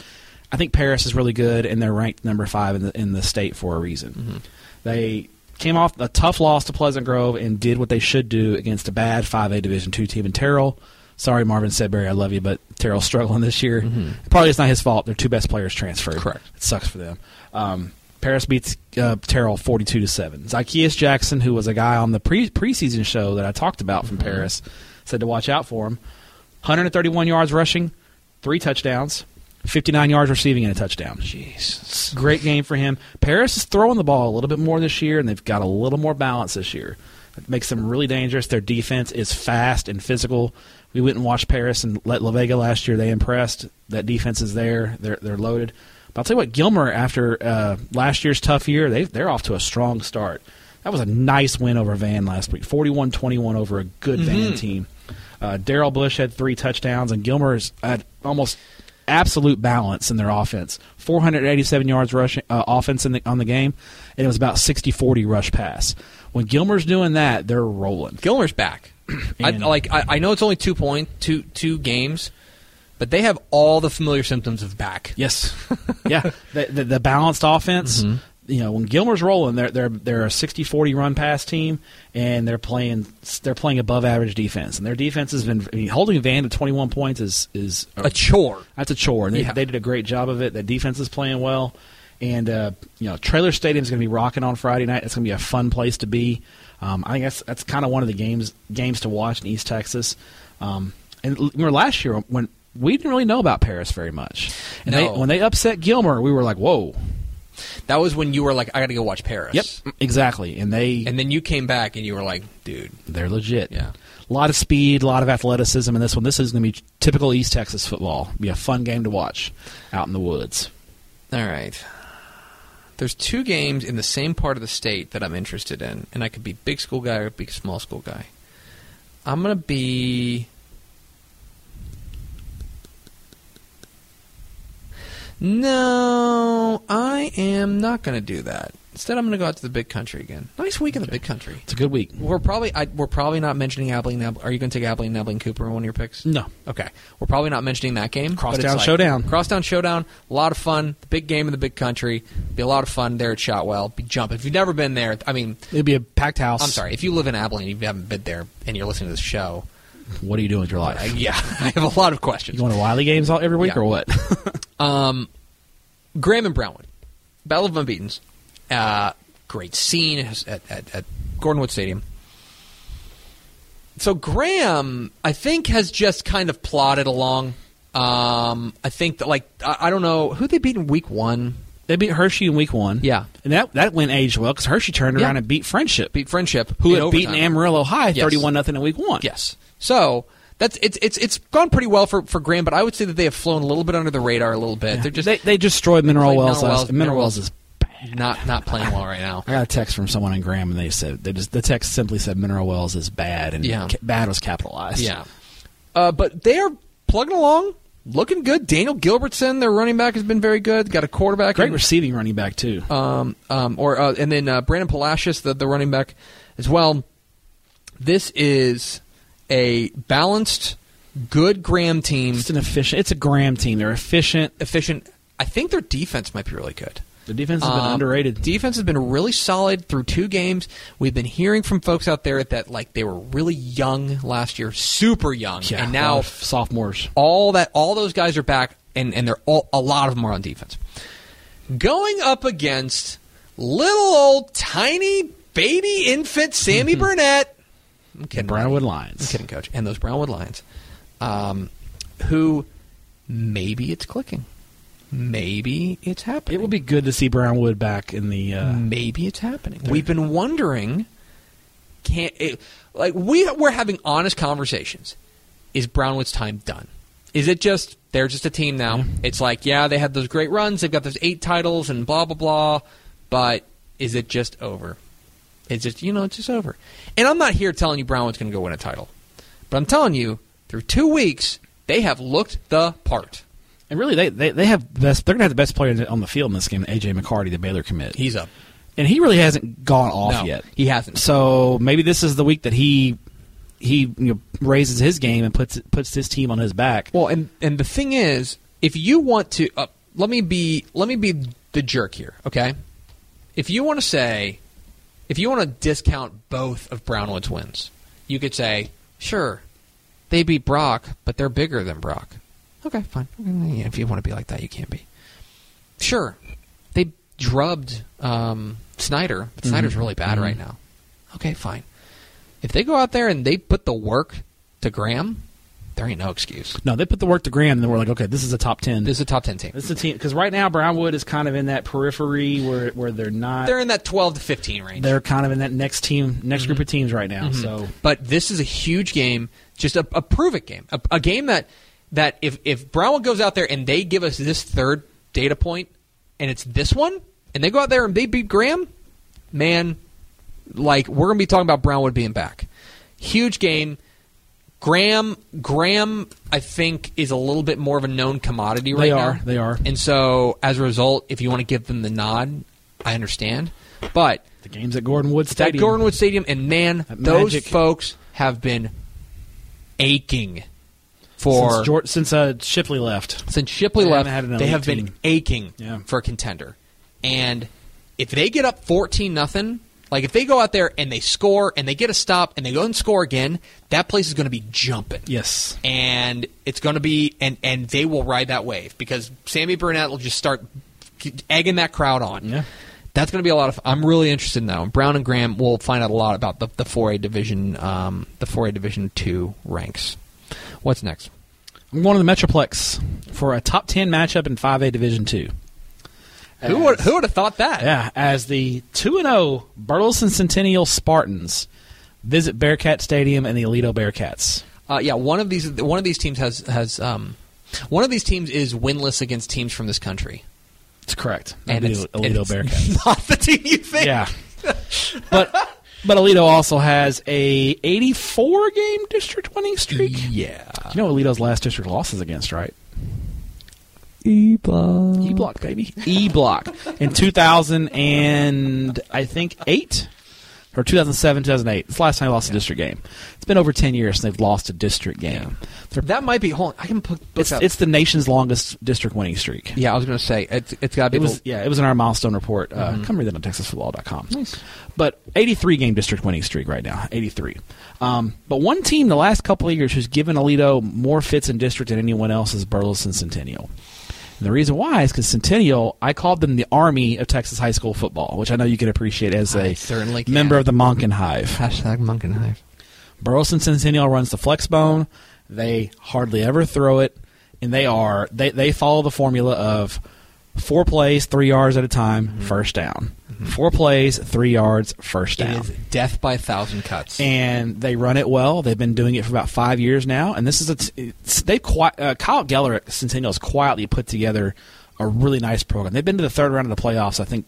I think Paris is really good, and they're ranked number five in the in the state for a reason. They came off a tough loss to Pleasant Grove and did what they should do against a bad 5A Division two team in Terrell. Sorry, Marvin Sedbury, I love you, but Terrell's struggling this year. Probably it's not his fault. Their two best players transferred.
Correct.
It sucks for them. Um, Paris beats uh, Terrell 42 to 7. Zacchaeus Jackson, who was a guy on the pre- preseason show that I talked about from Paris, said to watch out for him. 131 yards rushing, three touchdowns, 59 yards receiving, and a touchdown.
Jesus.
Great game for him. Paris is throwing the ball a little bit more this year, and they've got a little more balance this year. It makes them really dangerous. Their defense is fast and physical. We went and watched Paris and let La Vega last year. They impressed. That defense is there. They're they're loaded. But I'll tell you what, Gilmer after uh, last year's tough year, they they're off to a strong start. That was a nice win over Van last week, 41-21 over a good Van team. Uh, Daryl Bush had three touchdowns, and Gilmer's at almost absolute balance in their offense. 487 yards rushing uh, offense in the, on the game, and it was about 60-40 rush pass. When Gilmer's doing that, they're rolling.
Gilmer's back. I,
And-
like I, I know it's only two point two two games, but they have all the familiar symptoms of back.
Yes, yeah, the, the, the balanced offense. You know, when Gilmer's rolling, they're they're they're a 60-40 run pass team, and they're playing they're playing above average defense, and their defense has been I mean, holding Van to 21 points is is
A chore.
That's a chore. They,
Yeah.
they did a great job of it. The defense is playing well, and uh, you know Trailer Stadium's going to be rocking on Friday night. It's going to be a fun place to be. Um, I think that's that's kind of one of the games games to watch in East Texas. Um, and l- remember last year when we didn't really know about Paris very much, and
No.
they, when they upset Gilmer, we were like, "Whoa,
That was when you were like, I got to go watch Paris.
yep, exactly." And they
And then you came back and you were like, dude,
They're legit.
Yeah.
A lot of speed, a lot of athleticism in this one. This is going to be typical East Texas football. Be a fun game to watch out in the woods.
all right. There's two games in the same part of the state that I'm interested in, and I could be big school guy or big small school guy. I'm gonna be. No, I am not gonna do that. Instead, I'm gonna go out to the big country again. Nice week in the big country.
It's a good week.
We're probably I, we're probably not mentioning Abilene. Ab- Are you going to take Abilene and Abilene Cooper in one of your picks?
No.
Okay. We're probably not mentioning that game. but
Crosstown
it's like-
Showdown.
Crosstown Showdown. A lot of fun. The big game in the big country. Be a lot of fun there at Shotwell. Be jumping. If you've never been there, I mean,
It'd be a packed house.
I'm sorry. If you live in Abilene, and you haven't been there, and you're listening to this show.
What are you doing with your life?
I, yeah, I have a lot of questions.
You going to Wiley games all every week
Yeah.
or what?
Um, Graham and Brownwood, Battle of Unbeaten's, uh, great scene at, at, at Gordonwood Stadium. So Graham, I think, has just kind of plodded along. Um, I think that, like, I, I don't know who they beat in Week One.
they beat Hershey in week one.
Yeah.
and that that went aged well because Hershey turned
Yeah.
around and beat Friendship,
Beat Friendship,
who
in
had beaten
overtime.
Amarillo High
Yes.
thirty-one nothing in week one.
Yes. So that's it's it's it's gone pretty well for for Graham, but I would say that they have flown a little bit under the radar a little bit. They're just
they, they destroyed Mineral
Played
Wells.
Mineral
last-
Wells-
Mineral
Mineral
Wells
Wells.
is.
not not playing well right now.
I got a text from someone in Graham, and they said they just the text simply said Mineral Wells is bad, and
Yeah.
ca- bad was capitalized.
Yeah. Uh, but they are plugging along, looking good. Daniel Gilbertson, their running back, has been very good. Got a quarterback.
Great
in-
receiving running back too.
um, um, or uh, and then uh, Brandon Palacios, the, the running back, as well. This is a balanced, good Graham team,
It's an efficient. It's a Graham team. They're efficient.
efficient. I think their defense might be really good.
The defense has been
Um,
underrated.
Defense has been really solid through two games. We've been hearing from folks out there that like they were really young last year, super young,
Yeah, oh,
and
a lot
now
of sophomores.
all that all those guys are back, and and they're all a lot of them are on defense. Going up against little old tiny baby infant Sammy Burnett. I'm kidding.
Brownwood Lions.
I'm kidding, Coach. And those Brownwood Lions, um, who maybe it's clicking, maybe it's happening
It would be good to see Brownwood back in the. Uh,
maybe it's happening. We've been wondering, can it, like we we're having honest conversations. Is Brownwood's time done? Is it just they're just a team now? It's like yeah, they had those great runs, they've got those eight titles and blah blah blah, but is it just over? It's just you know it's just over. And I'm not here telling you Brownwood's going to go win a title, but I'm telling you through two weeks they have looked the part.
And really, they, they, they have best. They're gonna have the best player on the field in this game, AJ McCarty, the Baylor commit.
He's up.
and he really hasn't gone off
No,
yet.
he hasn't.
So maybe this is the week that he he you know, raises his game and puts puts his team on his back.
Well, and and the thing is, if you want to, uh, let me be let me be the jerk here, okay? If you want to say, if you want to discount both of Brownwood's wins, you could say, sure, they beat Brock, but they're bigger than Brock. Okay, fine. Yeah, If you want to be like that, you can be. Sure, they drubbed um, Snyder. But Snyder's really bad right now. Okay, fine. If they go out there and they put the work to Graham, there ain't no excuse.
No, they put the work to Graham, and then we're like, okay, this is a top ten.
This is a top ten team.
This is a team because right now Brownwood is kind of in that periphery where where they're not.
They're in that twelve to fifteen range.
They're kind of in that next team, next group
Mm-hmm.
of teams right now. So
but this is a huge game, just a, a prove it game, a, a game that that if if Brownwood goes out there and they give us this third data point, and it's this one, and they go out there and they beat Graham, man, like we're gonna be talking about Brownwood being back. Huge game. Graham, Graham, I think is a little bit more of a known commodity right
They are,
now.
they are.
and so as a result, if you want to give them the nod, I understand. But
the game's at Gordon Wood
at
Stadium.
Gordonwood Stadium, and man,
That
those
magic-
folks have been aching for
since, George, since uh, Shipley left.
since Shipley
They
left.
haven't had an
they
elite
have been
team.
aching
Yeah.
for a contender, and if they get up fourteen nothing, like if they go out there and they score and they get a stop and they go and score again, that place is going to be jumping
Yes,
and it's going to be and and they will ride that wave because Sammy Burnett will just start egging that crowd on.
Yeah.
That's going to be a lot of. I'm really interested in that one. Brown and Graham will find out a lot about the the 4A division, um, the 4A division two ranks. What's next?
I'm going to the Metroplex for a top ten matchup in 5A Division Two.
Who would who would have thought that?
Yeah, as the 2 and 0 Burleson Centennial Spartans visit Bearcat Stadium and the Alito Bearcats.
Uh, yeah, one of these one of these teams has has um, one of these teams is winless against teams from this country,
It's correct.
and
the
it's, and
Alito
it's
Bearcats.
not the team you think.
yeah. But but Alito also has a 84 game district winning streak.
yeah.
You know Alito's last district loss is against, right?
E block.
E block, baby. E block. In 2000 and I think 8 or 2007, 2008. It's the last time they lost a district game. It's been over 10 years since they've lost a district game. They're
That might be. Hold on, I can put. look
It's,
up.
it's the nation's longest district winning streak.
Yeah, I was going to say it's it's got Mm-hmm. to be.
It was
the-
yeah, it was in our milestone report. Uh, Come read that on TexasFootball.com. Nice, but 83 game district winning streak right now, 83. Um, but one team the last couple of years who's given Alito more fits in district than anyone else is Burleson Centennial. And the reason why is because Centennial, I called them the Army of Texas high school football, which I know you can appreciate as
I
a
certainly can.
member of the Monken Hive.
hashtag monk and hive.
Burleson Centennial runs the flexbone. They hardly ever throw it, and they are they they follow the formula of four plays, three yards at a time,
Mm-hmm.
first down. Four plays, three yards, first
It
down.
is death by a thousand cuts.
And they run it well. They've been doing it for about five years now. And this is a t- it's- they've qui- uh, Kyle Geller at Centennial has quietly put together a really nice program. They've been to the third round of the playoffs. I think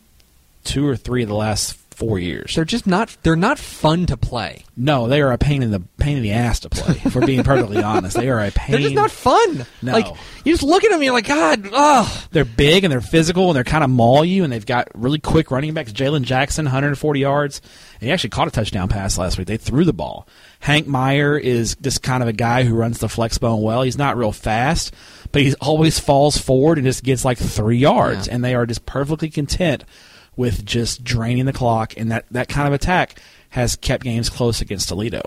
two or three of the last four years.
They're just not. They're not fun to play.
no, they are a pain in the pain in the ass to play. If we're being perfectly honest, they are a pain.
They're just not fun.
No.
Like you just look at them, you're like, God, ugh.
They're big and they're physical and they're kind of maul you and they've got really quick running backs. Jalen Jackson, 140 yards, and he actually caught a touchdown pass last week. They threw the ball. Hank Meyer is just kind of a guy who runs the flex bone well. He's not real fast, but he always falls forward and just gets like three yards.
Yeah.
And they are just perfectly content with just draining the clock. And that, that kind of attack has kept games close against Toledo.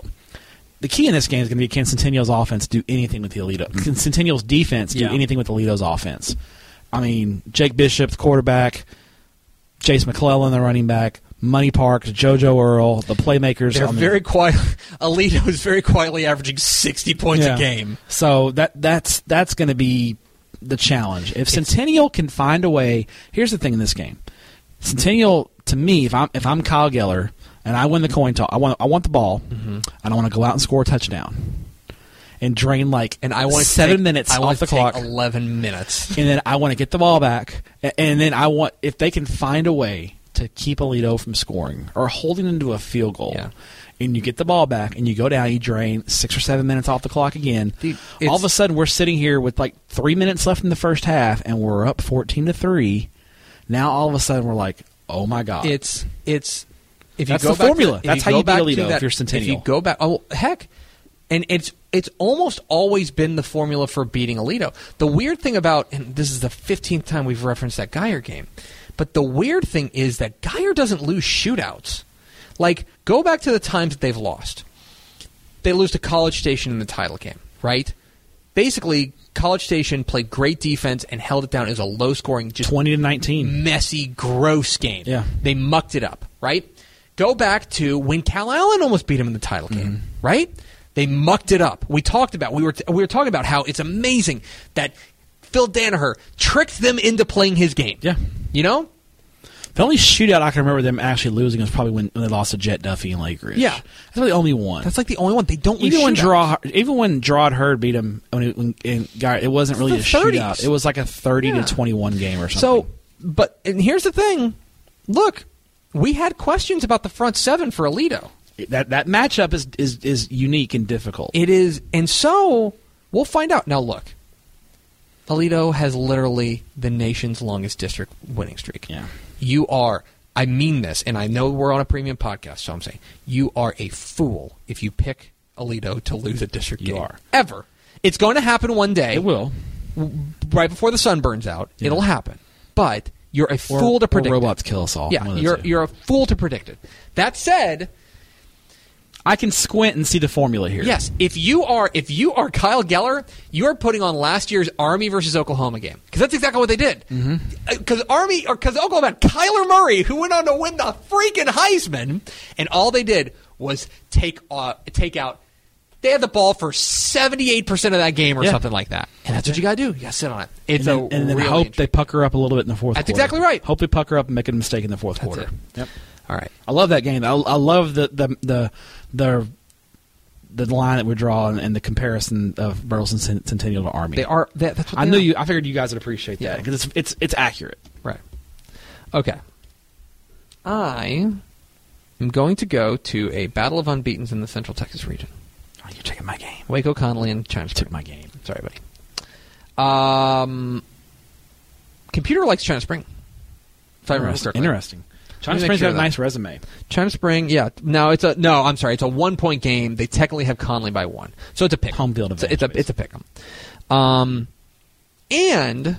The key in this game is going to be can Centennial's offense do anything with Toledo? Can Centennial's defense do
Mm-hmm. Yeah.
anything with Toledo's offense? I mean, Jake Bishop, the quarterback, Chase McClellan, the running back, Money Parks, JoJo Earl, the playmakers.
They're
on the-
very quiet. Alito is very quietly averaging sixty points
Yeah.
a game.
So that that's that's going to be the challenge. If Centennial can find a way, here's the thing in this game. Centennial, to me, if I'm if I'm Kyle Geller and I win the coin toss, I want I want the ball.
Mm-hmm.
I don't want to go out and score a touchdown and drain like
And I want
seven minutes
I want
off the clock.
Eleven minutes.
and then I want to get the ball back, a- and then I want if they can find a way to keep Alito from scoring or holding them to a field goal,
Yeah.
and you get the ball back and you go down, you drain six or seven minutes off the clock again.
Dude,
All
it's-
of a sudden, we're sitting here with like three minutes left in the first half, and we're up fourteen to three. Now all of a sudden, we're like, oh my god,
It's it's if
That's
you go
the
back
formula.
To, if
That's
you
how
go
you beat
back to
Alito if
that,
you're Centennial.
If you go back, oh heck, and it's it's almost always been the formula for beating Alito. The weird thing about and this is the fifteenth time we've referenced that Geyer game, but the weird thing is that Geyer doesn't lose shootouts. Like go back to the times that they've lost they lose to College Station in the title game, right? Basically, College Station played great defense and held it down as a low scoring, just
twenty to
Mm-hmm.
nineteen.
messy, gross game.
Yeah.
They mucked it up, right? Go back to when Cal Allen almost beat him in the title game, right? They mucked it up. We talked about we were we were talking about how it's amazing that Phil Danaher tricked them into playing his game.
Yeah.
You know?
The only shootout I can remember them actually losing was probably when, when they lost to Jet Duffy and Lake Ridge.
Yeah.
that's the only one.
That's like the only one they don't lose
even when
shootouts.
draw even when Gerard Hurd beat him when, it- when and Guy, it wasn't really a
It's the 30s.
shootout. It was like a thirty
Yeah.
to twenty one game or something.
So, but and here's the thing. Look, we had questions about the front seven for Alito.
So that that matchup is is is unique and difficult.
It is, and so we'll find out. Now, look, Alito has literally the nation's longest district winning streak.
Yeah.
You are, I mean this, and I know we're on a premium podcast, so I'm saying you are a fool if you pick Alito to lose a district
You
game.
are.
Ever. It's going to happen one day.
It will.
Right before the sun burns out, it'll happen. But you're a fool to
or
predict. it.
robots kill us all. One
Yeah,
of the
you're
two.
you're a fool to predict it. That said,
I can squint and see the formula here.
yes, if you are if you are Kyle Geller, you are putting on last year's Army versus Oklahoma game because that's exactly what they did.
Mm-hmm.
Because Army or because Oklahoma had Kyler Murray, who went on to win the freaking Heisman, and all they did was take uh, take out. They had the ball for seventy eight percent of that game or
Yeah.
something like that, and that's what you got to do. You got to sit on it.
And
It's
then,
a
and then
really
hope they
interesting-
pucker up a little bit in the fourth
That's
quarter.
exactly right.
Hope they pucker up and make a mistake in the fourth
That's
quarter.
it.
Yep.
All right.
I love that game. I, I love the the the the the line that we draw and, and the comparison of Burleson Cent- Centennial to Army.
They are. That, that's what
I
they
knew
are.
you. I figured you guys would appreciate that
Yeah.
because it's it's it's accurate.
Right. Okay. I am going to go to a battle of unbeaten in the Central Texas region.
Oh, you're taking my game.
Waco, Connolly, and China
Took
Spring.
my game.
Sorry, buddy. Um, computer likes China Spring. If I remember correctly.
Oh, Interesting.
Let
China
me make
Springs
sure
got a
of that.
nice resume.
China Spring, yeah. No, it's a no. I'm sorry, it's a one point game. They technically have Conley by one, so it's a pick.
Home field
It's a, it's a
advantage.
it's a pick 'em. Um, and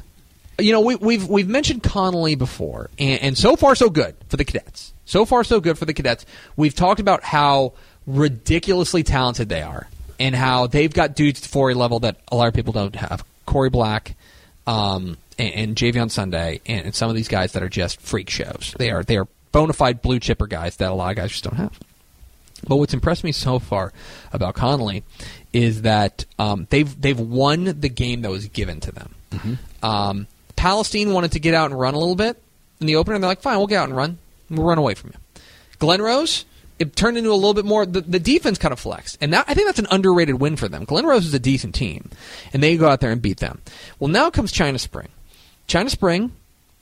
you know we, we've we've mentioned Conley before, and, and so far so good for the cadets. So far so good for the cadets. We've talked about how ridiculously talented they are, and how they've got dudes at the 4A level that a lot of people don't have. Corey Black. Um, and, and Javion Sunday, and, and some of these guys that are just freak shows. They are they are bona fide blue chipper guys that a lot of guys just don't have. But what's impressed me so far about Connolly is that um, they've they've won the game that was given to them. Um, Palestine wanted to get out and run a little bit in the opener. and They're like, fine, we'll get out and run. We'll run away from you. Glen Rose, it turned into a little bit more. The, the defense kind of flexed, and that, I think that's an underrated win for them. Glen Rose is a decent team, and they go out there and beat them. Well, now comes China Spring. China Spring,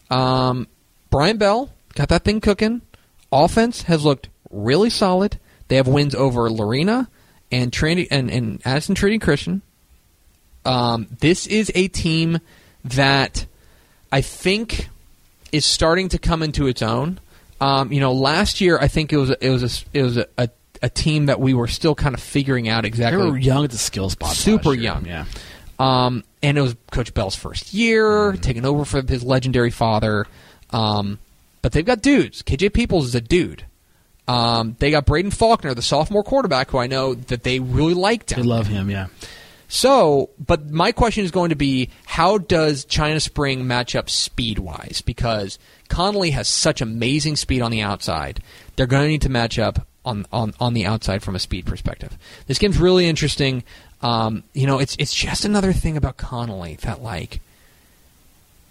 um, Brian Bell got that thing cooking. offense has looked really solid. They have wins over Lorena and Trinity and, and Addison Trinity Christian. Um, this is a team that I think is starting to come into its own. Um, you know, last year I think it was a, it was a, it was a, a, a team that we were still kind of figuring out
They
exactly.
were young at the skill spot.
Super
last year.
young.
Yeah.
Um, and it was Coach Bell's first year, taking over from his legendary father. Um, but they've got dudes. KJ Peoples is a dude. Um, they got Braden Faulkner, the sophomore quarterback, who I know that they really liked
They
him.
love him. Yeah.
So, but my question is going to be how does China Spring match up speed wise? Because Connolly has such amazing speed on the outside. They're going to need to match up on, on, on the outside from a speed perspective. This game's really interesting. Um, you know, it's it's just another thing about Connolly that like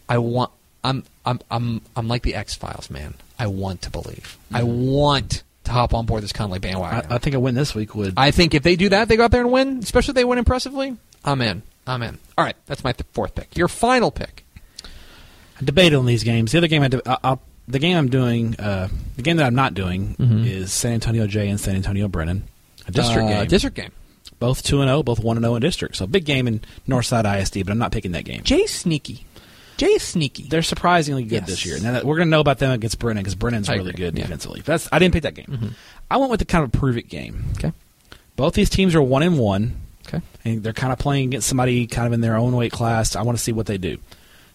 I want I'm I'm I'm I'm like the X Files man. I want to believe. I want to hop on board this Connolly bandwagon.
Mm-hmm. I, I think a win this week would.
I think if they do that, they go out there and win, especially if they win impressively. I'm in. I'm in. All right, that's my th- fourth pick. Your final pick.
debate on these games. The other game I de- I, I'll, the game I'm doing, uh, the game that I'm not doing is San Antonio J and San Antonio Brennan, a district
Uh,
game.
Mm-hmm. District game.
both two and zero, both one and zero in district. So big game in Northside ISD, but I'm not picking that game.
Jay Sneaky. Jay Sneaky.
They're surprisingly good
Yes.
this year. Now that, we're going to know about them against Brennan because Brennan's
I
really
agree,
good
yeah. Mm-hmm.
defensively. That's I didn't pick that game. I went with the kind of prove it game.
okay.
Both these teams are one and one.
Okay.
and they're kind of playing against somebody kind of in their own weight class. I want to see what they do.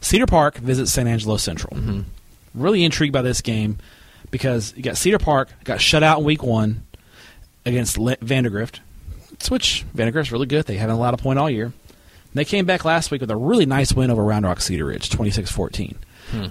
Cedar Park visits San Angelo Central.
Mm-hmm.
Really intrigued by this game because you got Cedar Park got shut out in week one against Le- Vandergrift, which Vandergrift's really good. They haven't allowed a point all year. And they came back last week with a really nice win over Round Rock Cedar Ridge, 26 14.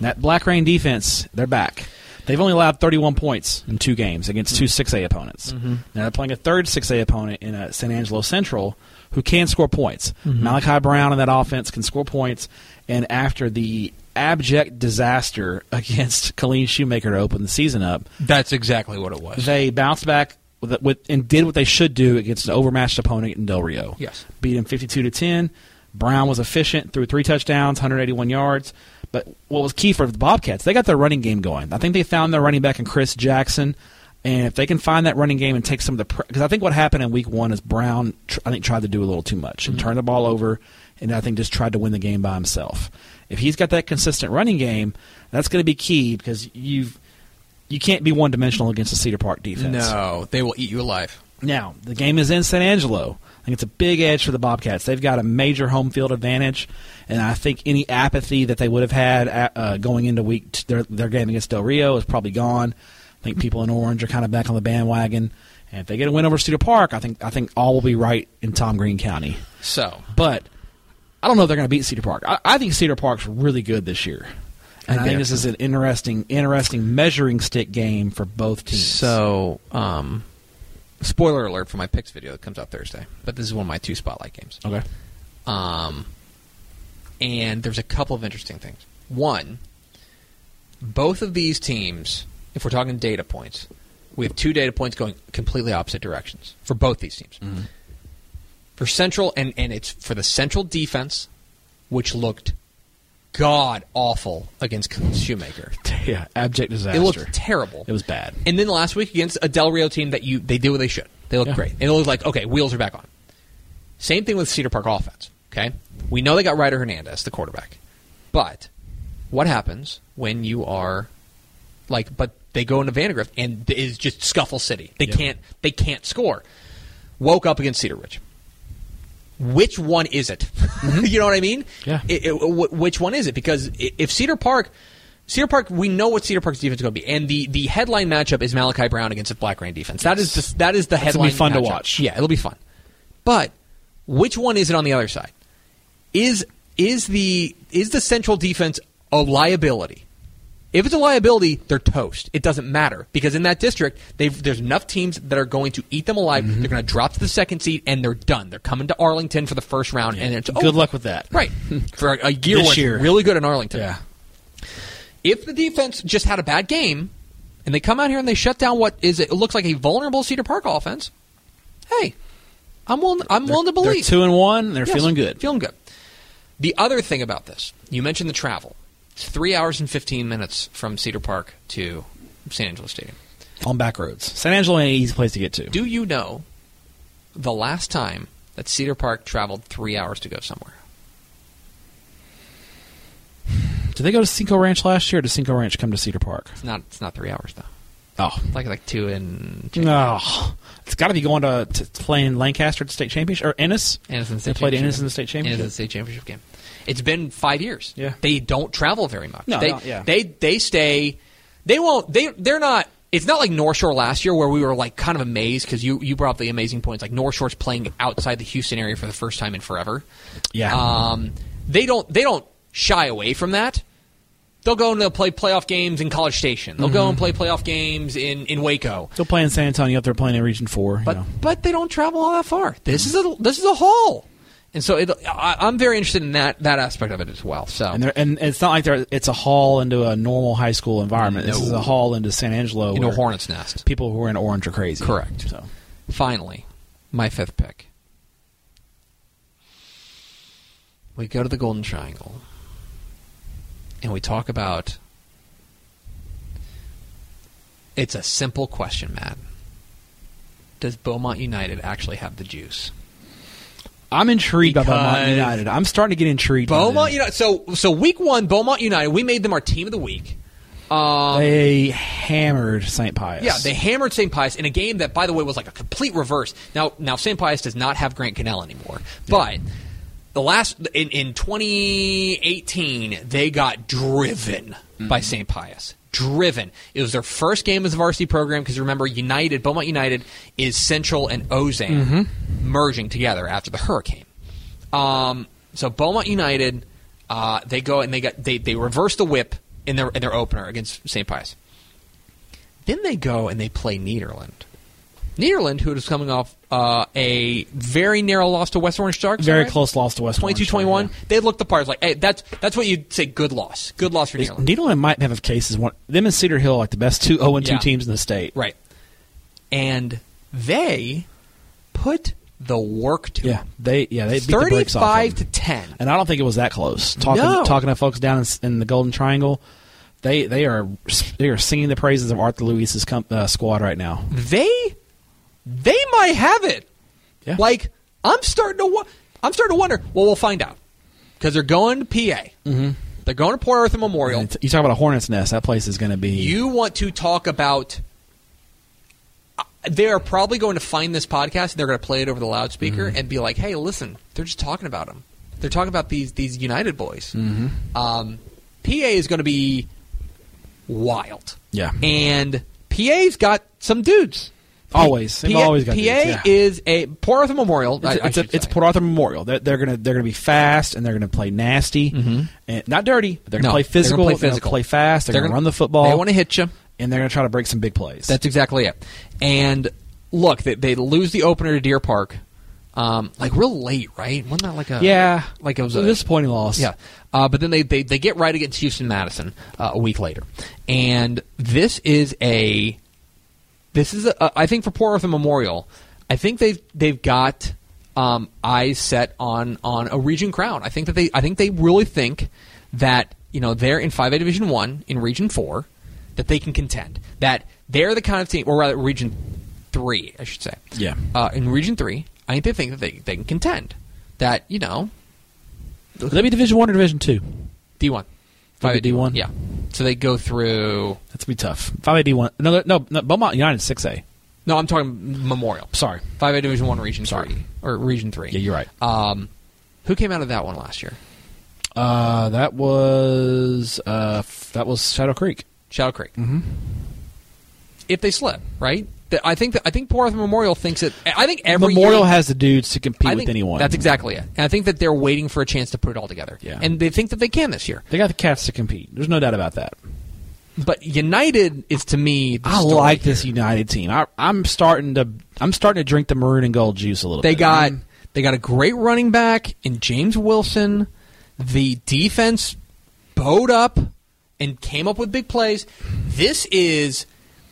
That Black Rain defense, they're back. They've only allowed 31 points in two games against two 6A opponents. Now they're playing a third 6A opponent in uh, San Angelo Central who can score points. Malachi Brown and that offense can score points. And after the abject disaster against Colleen Shoemaker to open the season up,
That's exactly what it was.
they bounced back with, with and did what they should do against an overmatched opponent in Del Rio.
Yes.
beat him fifty-two to ten. Brown was efficient, threw three touchdowns, 181 yards. But what was key for the Bobcats? They got their running game going. I think they found their running back in Chris Jackson, and if they can find that running game and take some of the because I think what happened in Week One is Brown tr- I think tried to do a little too much and turned the ball over, and I think just tried to win the game by himself. If he's got that consistent running game, that's going to be key because you've you can't be one dimensional against the Cedar Park defense.
no, they will eat you alive.
Now, the game is in San Angelo. I think it's a big edge for the Bobcats. They've got a major home field advantage, and I think any apathy that they would have had at, uh, going into week t- their, their game against Del Rio is probably gone. I think people in Orange are kind of back on the bandwagon, and if they get a win over Cedar Park, I think I think all will be right in Tom Green County.
So
But I don't know if they're going to beat Cedar Park. I, I think Cedar Park's really good this year, and I think this is an interesting interesting measuring stick game for both teams.
so um, spoiler alert for my picks video that comes out Thursday. But this is one of my two spotlight games.
okay.
Um, and there's a couple of interesting things. One, both of these teams, if we're talking data points, we have two data points going completely opposite directions for both these teams.
Mm-hmm.
For Central, and, and it's for the Central defense, which looked god awful against Shoemaker.
Yeah, abject disaster.
It looked terrible.
It was bad.
And then last week against a Del Rio team that you they did what they should. They looked
Yeah.
great. And it looked like okay, wheels are back on. Same thing with Cedar Park offense. Okay, we know they got Ryder Hernandez, the quarterback, but what happens when you are like? But they go into Vandergrift and it is just scuffle city. They
Yeah.
can't they can't score. Woke up against Cedar Ridge. Which one is it? you know what I mean?
Mm-hmm. Yeah.
It- it- wh- which one is it? Because i- if Cedar Park, Cedar Park, we know what Cedar Park's defense is going to be, and the, the headline matchup is Malachi Brown against the Black Rain defense. That is the, that is the
gonna
headline.
be fun to
matchup.
watch.
Yeah, it'll be fun. But which one is it on the other side? Is is the is the central defense a liability? If it's a liability, they're toast. It doesn't matter because in that district, they've, there's enough teams that are going to eat them alive.
Mm-hmm.
They're going to drop to the second seed and they're done. They're coming to Arlington for the first round, and it's
Good
over.
luck with that.
Right for a, a year
This
was
year.
really good in Arlington.
Yeah.
If the defense just had a bad game and they come out here and they shut down what is it looks like a vulnerable Cedar Park offense, hey, I'm willing. I'm willing to
They're
believe
two and one. They're
Yes,
feeling good.
Feeling good. The other thing about this, you mentioned the travel. It's three hours and fifteen minutes from Cedar Park to San Angelo Stadium.
on back roads. San Angelo ain't an easy place to get to.
Do you know the last time that Cedar Park traveled three hours to go somewhere?
Did they go to Cinco Ranch last year? or Did Cinco Ranch come to Cedar Park?
It's not. It's not three hours though.
Oh,
It's like like two and
no, Oh. it's got to be going to, to playing Lancaster at the state championship or Ennis.
Anderson State
They played
Championship
Ennis in
game.
the state championship.
Anderson State Championship game. It's been five years.
Yeah.
They don't travel very much.
No,
they,
no, yeah.
they they stay. They won't. They they're not. It's not like North Shore last year where we were like kind of amazed because you you brought up the amazing points. Like North Shore's playing outside the Houston area for the first time in forever.
Yeah.
Um, they don't they don't shy away from that. They'll go and they'll play playoff games in College Station. They'll
Mm-hmm.
go and play playoff games in, in Waco.
Still playing San Antonio. They're playing in Region Four. you
But
know.
but they don't travel all that far. This is a this is a haul, and so it, I, I'm very interested in that that aspect of it as well. So
And, they're, and it's not like they're, it's a haul into a normal high school environment. This
No.
is a haul into San Angelo.
you know,
where
hornet's nest.
People who are in orange are crazy.
Correct.
So
Finally, my fifth pick. We go to the Golden Triangle, and we talk about. It's a simple question, Matt. Does Beaumont United actually have the juice?
I'm intrigued by Beaumont
Because-
United. I'm starting to get intrigued. by
Beaumont
them.
United. So so week one, Beaumont United. We made them our team of the week. Um,
they hammered St. Pius.
Yeah, they hammered St. Pius in a game that, by the way, was like a complete reverse. Now, now St. Pius does not have Grant Cannell anymore, but the last in, in 2018 they got driven by St. Pius. Driven. It was their first game as a varsity program because remember, United Beaumont United is Central and Ozan merging together after the hurricane. Um, so Beaumont United, uh, they go and they got they they reverse the whip in their in their opener against St. Pius. Then they go and they play Nederland. Nederland, who is coming off uh, a very narrow loss to West Orange Sharks,
very
right?
close loss to West.
22-21. They looked the part. It's like, hey, that's that's what you'd say. Good loss. Good loss for Nederland.
Needle and might have cases. One, them and Cedar Hill are like the best two 0 and two
Yeah.
teams in the state.
Right. And they put the work to
Yeah,
it.
they yeah they beat the brakes off them.
Thirty-five to ten.
and I don't think it was that close. Talking
No.
talking to folks down in, s- in the Golden Triangle, they they are they are singing the praises of Arthur Lewis's com- uh, squad right now.
they they might have it.
Yeah.
Like I'm starting to wo- I'm starting to wonder. Well, we'll find out because they're going to PA. Mm-hmm. They're going to Port Arthur Memorial.
It's- you talk about a hornet's nest. That place is going to be.
you want to talk about? uh, They are probably going to find this podcast. and They're going to play it over the loudspeaker
Mm-hmm.
and be like, "Hey, listen, they're just talking about them. They're talking about these these United boys."
Mm-hmm.
Um, PA is going to be wild.
Yeah.
and PA's got some dudes.
Always. They've
PA,
always got
PA
dudes, yeah.
is a Port Arthur Memorial.
It's,
I,
it's,
I
a,
should
it's
say.
Port Arthur Memorial. They're, they're gonna they're gonna be fast and they're gonna play nasty and not dirty. But they're gonna
Mm-hmm.
play
No, they're gonna
physical.
play
They're gonna
physical.
play fast. They're, gonna,
gonna-
run the football.
They want to hit you.
and they're gonna try to break some big plays.
That's exactly it. And look, they, they lose the opener to Deer Park, um, like real late, right? Wasn't that like a
yeah,
uh, like it was
a
a,
disappointing loss.
yeah. Uh, but then they, they they get right against Houston Madison uh, a week later, and this is a this is a, I think for Port Arthur Memorial, I think they've they've got um, eyes set on on a region crown. I think that they I think they really think that you know they're in five A Division One in Region Four that they can contend that they're the kind of team or rather Region Three I should say
Yeah.
uh, in Region Three I think they think that they, they can contend that you know
Would that be Division One or Division Two?
D one.
Five A D1?
Yeah. So they go through.
That's gonna be tough. Five A D one. No, no, no. Beaumont United six A.
No, I'm talking Memorial.
Sorry.
Five A Division One Region
Sorry.
Three or Region Three.
Yeah, you're right.
Um, who came out of that one last year?
Uh, that was uh, f- that was Shadow Creek.
Shadow Creek. Mm-hmm. If they slip, right? That- I think that I think Port Arthur Memorial thinks that I think every
Memorial
year-
has the dudes to compete
I
with
think
anyone.
That's exactly it. And I think that they're waiting for a chance to put it all together.
Yeah.
And they think that they can this year.
they got the cats to compete. There's no doubt about that.
But United is to me. The
I
story
like
here.
this United team. I, I'm starting to I'm starting to drink the maroon and gold juice a little.
They
bit.
got they got a great running back in James Wilson. The defense bowed up and came up with big plays. This is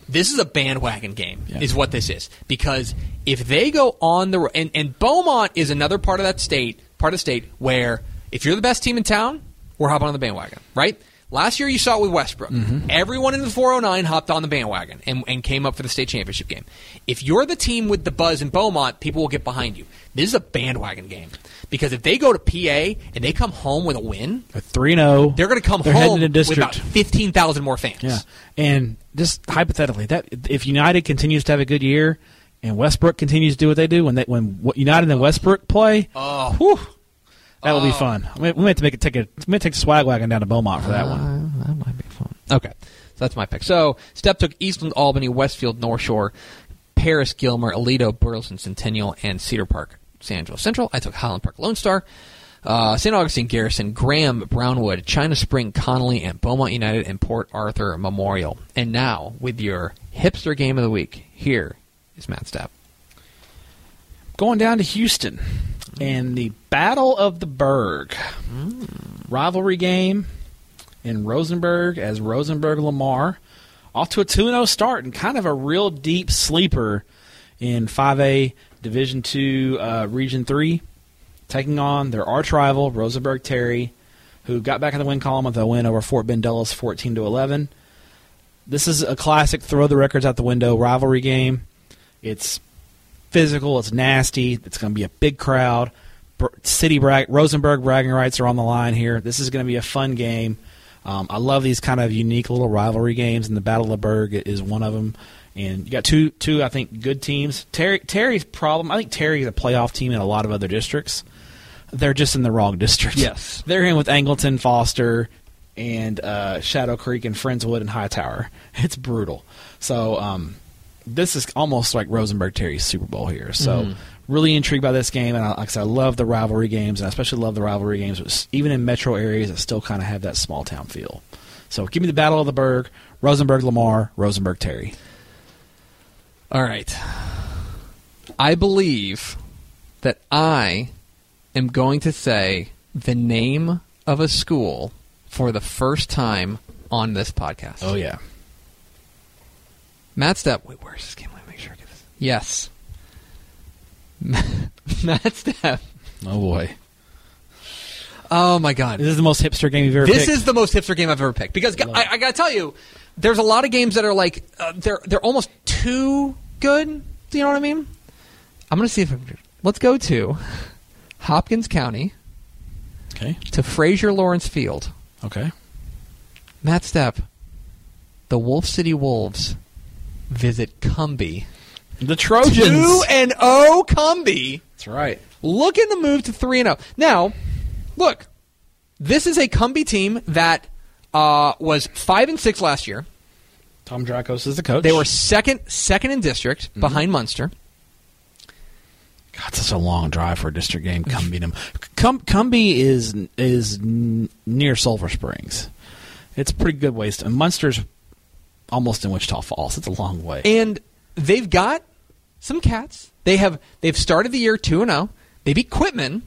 this is a bandwagon game,
Yeah.
is what this is. Because if they go on the ro- and and Beaumont is another part of that state, part of the state where if you're the best team in town, we're hopping on the bandwagon, right? Last year, you saw it with Westbrook.
Mm-hmm.
Everyone in the 409 hopped on the bandwagon and, and came up for the state championship game. If you're the team with the buzz in Beaumont, people will get behind you. This is a bandwagon game because if they go to PA and they come home with a win,
They're three and zero.
they're going to come
They're
home
heading to
with about
district.
fifteen thousand more fans.
yeah, and just hypothetically, that if United continues to have a good year and Westbrook continues to do what they do when they when what- United and Westbrook play,
Oh.
whew, that will be fun. We, we may have to make a take a we may take the swag wagon down to Beaumont for that one.
Uh, that might be fun. Okay, so that's my pick. So Step took Eastland, Albany, Westfield, North Shore, Paris, Gilmer, Alito, Burleson, Centennial, and Cedar Park, San Angelo Central. I took Highland Park, Lone Star. Uh, St. Augustine, Garrison, Graham, Brownwood, China Spring, Connolly, and Beaumont United and Port Arthur Memorial. And now, with your hipster game of the week, here is Matt Stapp.
Going down to Houston and the Battle of the Berg rivalry game in Rosenberg as Rosenberg Lamar off to a 2 0 start and kind of a real deep sleeper in 5A Division 2 uh, Region 3, taking on their arch rival Rosenberg Terry, who got back in the win column with a win over Fort Bend Dulles 14 to 11. This is a classic throw the records out the window rivalry game. It's physical. It's nasty. It's going to be a big crowd. Br- City brag- Rosenberg bragging rights are on the line here. This is going to be a fun game. Um, I love these kind of unique little rivalry games, and the Battle of the Berg is one of them. And you got two, two I think, good teams. Terry, Terry's problem. I think Terry is a playoff team in a lot of other districts. They're just in the wrong district.
Yes.
they're in with Angleton, Foster, and uh, Shadow Creek, and Friendswood, and Hightower. It's brutal. So um, this is almost like Rosenberg Terry's Super Bowl here. So
Mm-hmm.
really intrigued by this game, and I, like I said, I love the rivalry games, and I especially love the rivalry games, which even in metro areas that still kind of have that small town feel. So give me the Battle of the Berg, Rosenberg Lamar, Rosenberg Terry.
All right. I believe that I am going to say the name of a school for the first time on this podcast.
Oh, yeah,
Matt Step. Wait, where's this game? Let me make sure I get this. Yes. Matt Step.
oh boy,
Oh, my God.
this is the most hipster game you've ever.
This
picked.
is the most hipster game I've ever picked because
Love
I,
it.
I gotta tell you, there's a lot of games that are like uh, they're they're almost too good. Do you know what I mean? I'm gonna see if I can. Let's go to Hopkins County
okay.
to Fraser Lawrence Field.
Okay,
Matt Step, the Wolf City Wolves visit Cumbie.
the
Two
Trojans.
and O Cumbie.
That's right.
looking to move to three and zero. Now, look, this is a Cumbie team that uh, was five and six last year.
Tom Dracos is the coach.
They were second second in district behind Munster.
God, such a long drive for a district game. Cumbie, them. Cum, Cumbie is is n- near Sulphur Springs. It's a pretty good ways. To, and Munster's almost in Wichita Falls. It's a long way.
and they've got some cats. They have they've started the year two and zero. They beat Quitman,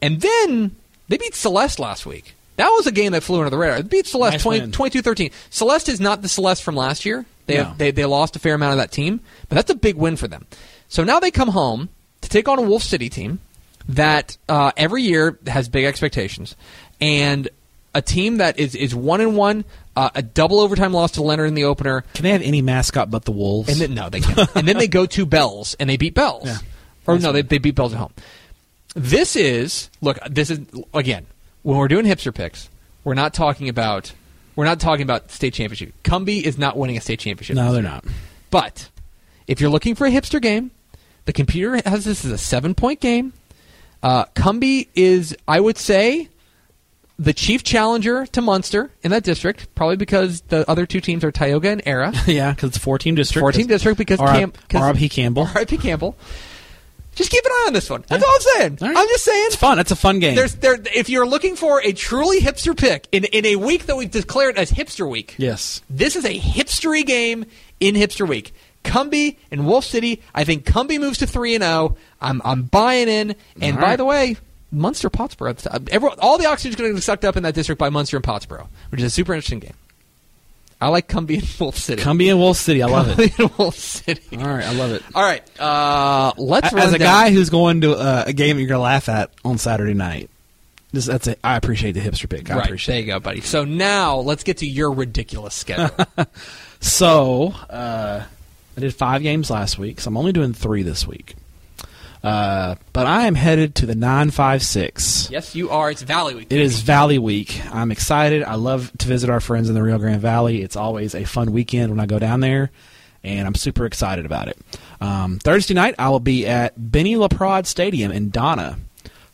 and then they beat Celeste last week. That was a game that flew under the radar. They beat Celeste
Nice
20,
win.
22-13. Celeste is not the Celeste from last year. They,
No.
they they lost a fair amount of that team, but that's a big win for them. So now they come home to take on a Wolf City team that uh, every year has big expectations, and a team that is is one and one, uh, a double overtime loss to Leonard in the opener,
Can they have any mascot but the Wolves?
and then no, they can't. and then they go to Bells and they beat Bells.
Yeah.
Or no, they, they beat Bells at home. This is look. This is again when we're doing hipster picks. We're not talking about we're not talking about state championship. Cumbie is not winning a state championship.
no, they're not.
But if you're looking for a hipster game, the computer has this as a seven point game. Uh, Cumbie is, I would say, the chief challenger to Munster in that district, probably because the other two teams are Tioga and Era.
yeah, because it's a four-team district.
Four-team district because
R.I.-
Cam- 'cause-
R.I.P. Campbell.
R.I.P. Campbell. Just keep an eye on this one. That's all I'm saying.
All right.
I'm just saying.
It's fun. It's a fun game.
There's there. If you're looking for a truly hipster pick in in a week that we've declared as hipster week,
yes.
this is a hipstery game in hipster week. Cumbie and Wolf City. I think Cumbie moves to three and zero. I'm I'm buying in. And
All
by
right.
the way, Munster Pottsboro. Everyone, all the oxygen's going to be sucked up in that district by Munster and Pottsboro, which is a super interesting game. I like Cumbie and Wolf City.
Cumbie and Wolf City. I love it.
Cumbie and Wolf City.
All right, I love it.
All right, uh, let's
As
run
a
down-
guy who's going to uh, a game that you're going to laugh at on Saturday night, This, that's it. I appreciate the hipster pick. I
right.
appreciate.
There you go, buddy. So now let's get to your ridiculous schedule.
It. So uh, I did five games last week, so I'm only doing three this week. Uh, but I am headed to the nine five six.
yes, you are. It's Valley Week.
It is Valley Week. I'm excited. I love to visit our friends in the Rio Grande Valley. It's always a fun weekend when I go down there, and I'm super excited about it. Um, Thursday night, I will be at Benny LaPrade Stadium in Donna,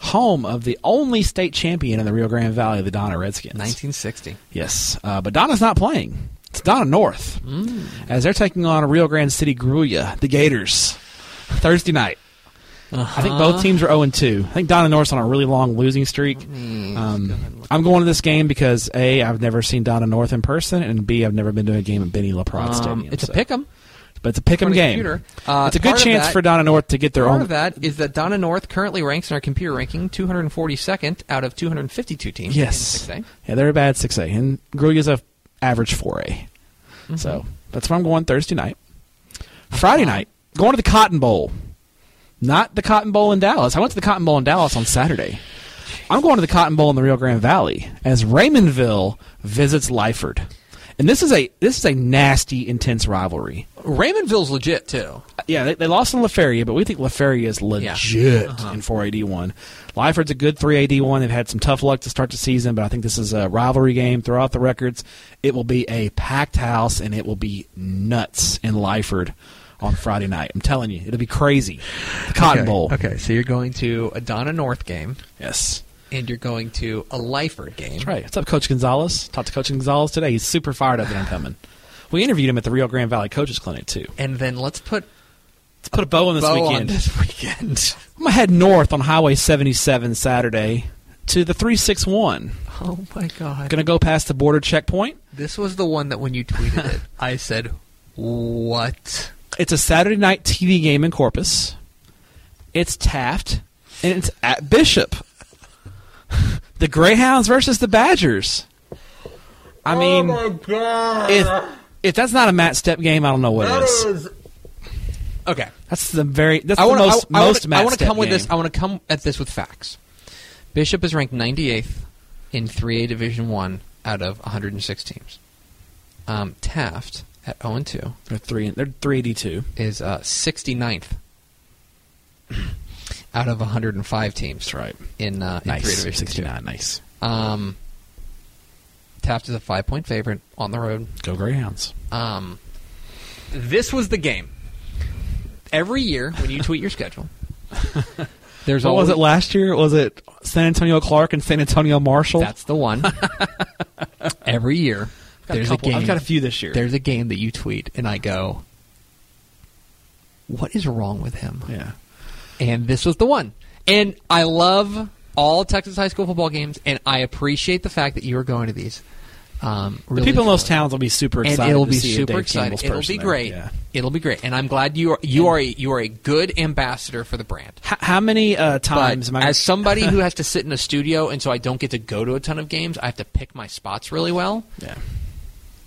home of the only state champion in the Rio Grande Valley, the Donna Redskins.
1960.
Yes, uh, but Donna's not playing. It's Donna North,
Mm.
as they're taking on Rio Grande City Gruya, the Gators, Thursday night. I think
Uh-huh.
both teams are 0 2. I think Donna North's on a really long losing streak.
Mm-hmm.
Um, I'm going to this game because A, I've never seen Donna North in person, and B, I've never been to a game at Benny LaPrade
Um,
Stadium.
it's a
so-
pick 'em.
But it's a pick 'em
on a
game.
computer. Uh,
it's a good
part of
chance
that-
for Donna North to get their
Part
own.
of that is that Donna North currently ranks in our computer ranking 242nd out of 252 teams.
Yes.
in 6A.
Yeah, they're a bad 6A. And Gruya's a average 4A. So that's where I'm going Thursday night. Friday night, going to the Cotton Bowl. Not the Cotton Bowl in Dallas. I went to the Cotton Bowl in Dallas on Saturday. I'm going to the Cotton Bowl in the Rio Grande Valley as Raymondville visits Lyford. And this is a this is a nasty, intense rivalry.
Raymondville's legit too.
Yeah, they, they lost in LaFeria, but we think LaFeria is legit
Uh-huh.
in 4AD1. Lyford's a good 3AD1. They've had some tough luck to start the season, but I think this is a rivalry game. Throw out the records. It will be a packed house, and it will be nuts in Lyford on Friday night. I'm telling you, it'll be crazy. The Cotton Bowl.
Okay, so you're going to a Donna North game
Yes.
and you're going to a Lyford game.
That's right. What's up, Coach Gonzalez? Talked to Coach Gonzalez today. He's super fired up that I'm coming. We interviewed him at the Rio Grande Valley Coaches Clinic, too.
And then let's put
Let's put a bow on this
Bo on
weekend.
this weekend.
I'm gonna head north on Highway 77 Saturday to the 361.
Oh my god.
Gonna go past the border checkpoint.
This was the one that when you tweeted it, I said, "What?"
It's a Saturday night TV game in Corpus. It's Taft, and it's at Bishop. the Greyhounds versus the Badgers. I mean,
god!
if if that's not a Matt Step game, I don't know what is.
Okay.
That's the very that's
I
the
want
most
I,
most
I
Matt
want to
Step
come with
game.
this. I want to come at this with facts. Bishop is ranked 98th in 3A Division One out of 106 teams. Um, Taft at 0 and 2
They're three. They're three eighty two.
is uh, 69th out of 105 teams
That's right.
in, uh, in 3A
Nice.
Division
Sixty nine. Nice.
Two. Um, Taft is a five point favorite on the road.
Go Greyhounds.
Um, this was the game. Every year when you tweet your schedule, there's
What
always
was it last year? Was it San Antonio Clark and San Antonio Marshall?
that's the one. Every year there's a,
couple-
game.
I've got a few this year.
There's a game that you tweet and I go, "What is wrong with him?"
yeah.
And this was the one. And I love all Texas high school football games, and I appreciate the fact that you are going to these. Um, really
People in those
enjoy it.
towns will be super
and
excited.
it'll
to
be
see a
super
Dave
exciting.
Campbell's
It'll
person
be
there.
great.
Yeah.
It'll be great, and I'm glad you are you are a, you are a good ambassador for the brand.
H- how many uh,
But
times am I?
as somebody who has to sit in a studio, and so I don't get to go to a ton of games, I have to pick my spots really well,
yeah.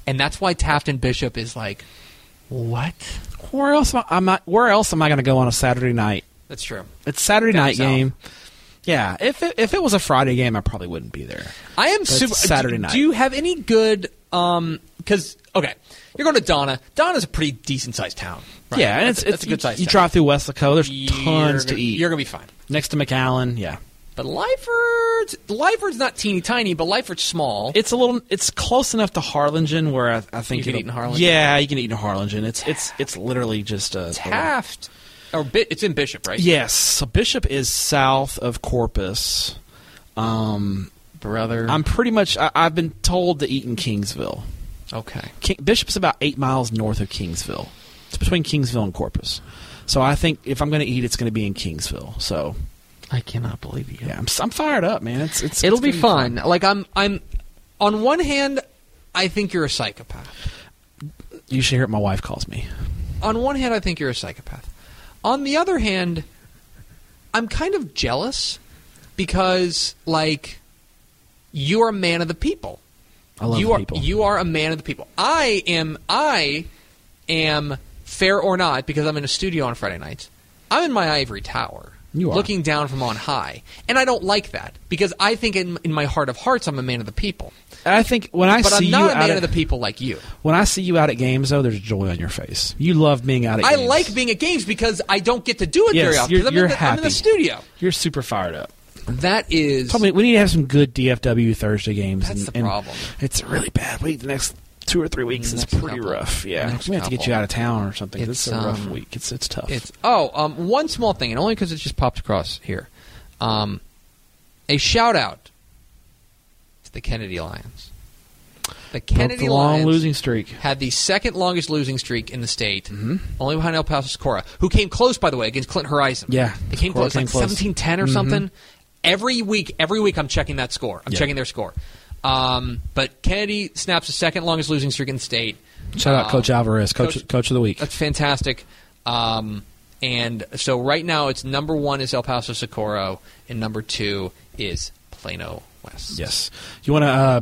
and that's why Taft and Bishop is like, what?
Where else am I? I'm not- where else am I going to go on a Saturday night?
That's true.
It's Saturday
Down
night
south.
game. Yeah. If it, if it was a Friday game, I probably wouldn't be there.
I am
That's
super.
Saturday
do,
night.
Do you have any good? Um, because okay, you're going to Donna. Donna's a pretty decent sized town. right?
Yeah, and
That's-
it's
that's
it's
a good sized.
You, you
town.
drive through Westlaco. There's
You're
tons to
gonna-
eat.
You're going to be fine.
next to McAllen. Yeah.
But Lyford's Lyford's not teeny tiny, but Lyford's small.
It's a little. It's close enough to Harlingen where I, I think
You can
it'll-
eat in Harlingen?
Yeah, you can eat in Harlingen. It's it's it's literally just a a-
Taft, or Oh, Bi- it's in Bishop, right?
Yes, so Bishop is south of Corpus. Um,
brother.
I'm pretty much. I, I've been told to eat in Kingsville.
okay.
King, Bishop's about eight miles north of Kingsville. It's between Kingsville and Corpus. So I think if I'm going to eat, it's going to be in Kingsville. So
I cannot believe you.
yeah, I'm, s- I'm fired up, man. It's it's
It'll
it's
be
gonna
fun. Like I'm, I'm. On one hand, I think you're a psychopath.
You should hear what my wife calls me.
On one hand, I think you're a psychopath. On the other hand, I'm kind of jealous because, like, you're a man of the people.
I love
you are
people.
you are a man of the people. I am I am fair or not because I'm in a studio on Friday nights. I'm in my ivory tower.
You are.
looking down from on high, and I don't like that because I think in, in my heart of hearts I'm a man of the people,
And I think when I
but
see
I'm not
you
a
out
man
at,
of the people like you.
when I see you out at games though, there's joy on your face. You love being out at.
I
games.
like being at games because I don't get to do it
Yes,
very often.
you're-
'cause I'm,
you're
in the, I'm in the
happy.
studio.
You're super fired up.
That is
Probably we need to have some good DFW Thursday games.
That's
and,
the
and
problem.
It's a really bad week. The next two or three weeks is
Next
pretty
couple.
rough. Yeah,
Next
we have to get
couple.
you out of town or something.
It's,
It's, a rough
um,
week. It's it's tough.
It's oh, um, one small thing, and only because it just popped across here. Um, a shout out to the Kennedy Lions. The
Broke
Kennedy
the long
Lions
losing streak.
had the second longest losing streak in the state,
Mm-hmm.
only behind El Paso Socorro, who came close, by the way, against Clint Horizon.
Yeah,
they came
Socorro
close,
came
like
close. Mm-hmm.
seventeen ten or something. Every week, every week, I'm checking that score. I'm
Yeah.
checking their score. Um, but Kennedy snaps the second longest losing streak in the state.
Shout out
Um,
Coach Alvarez, coach coach, of the week.
that's fantastic. Um, and so right now, it's number one is El Paso Socorro, and number two is Plano West.
Yes, you want to uh,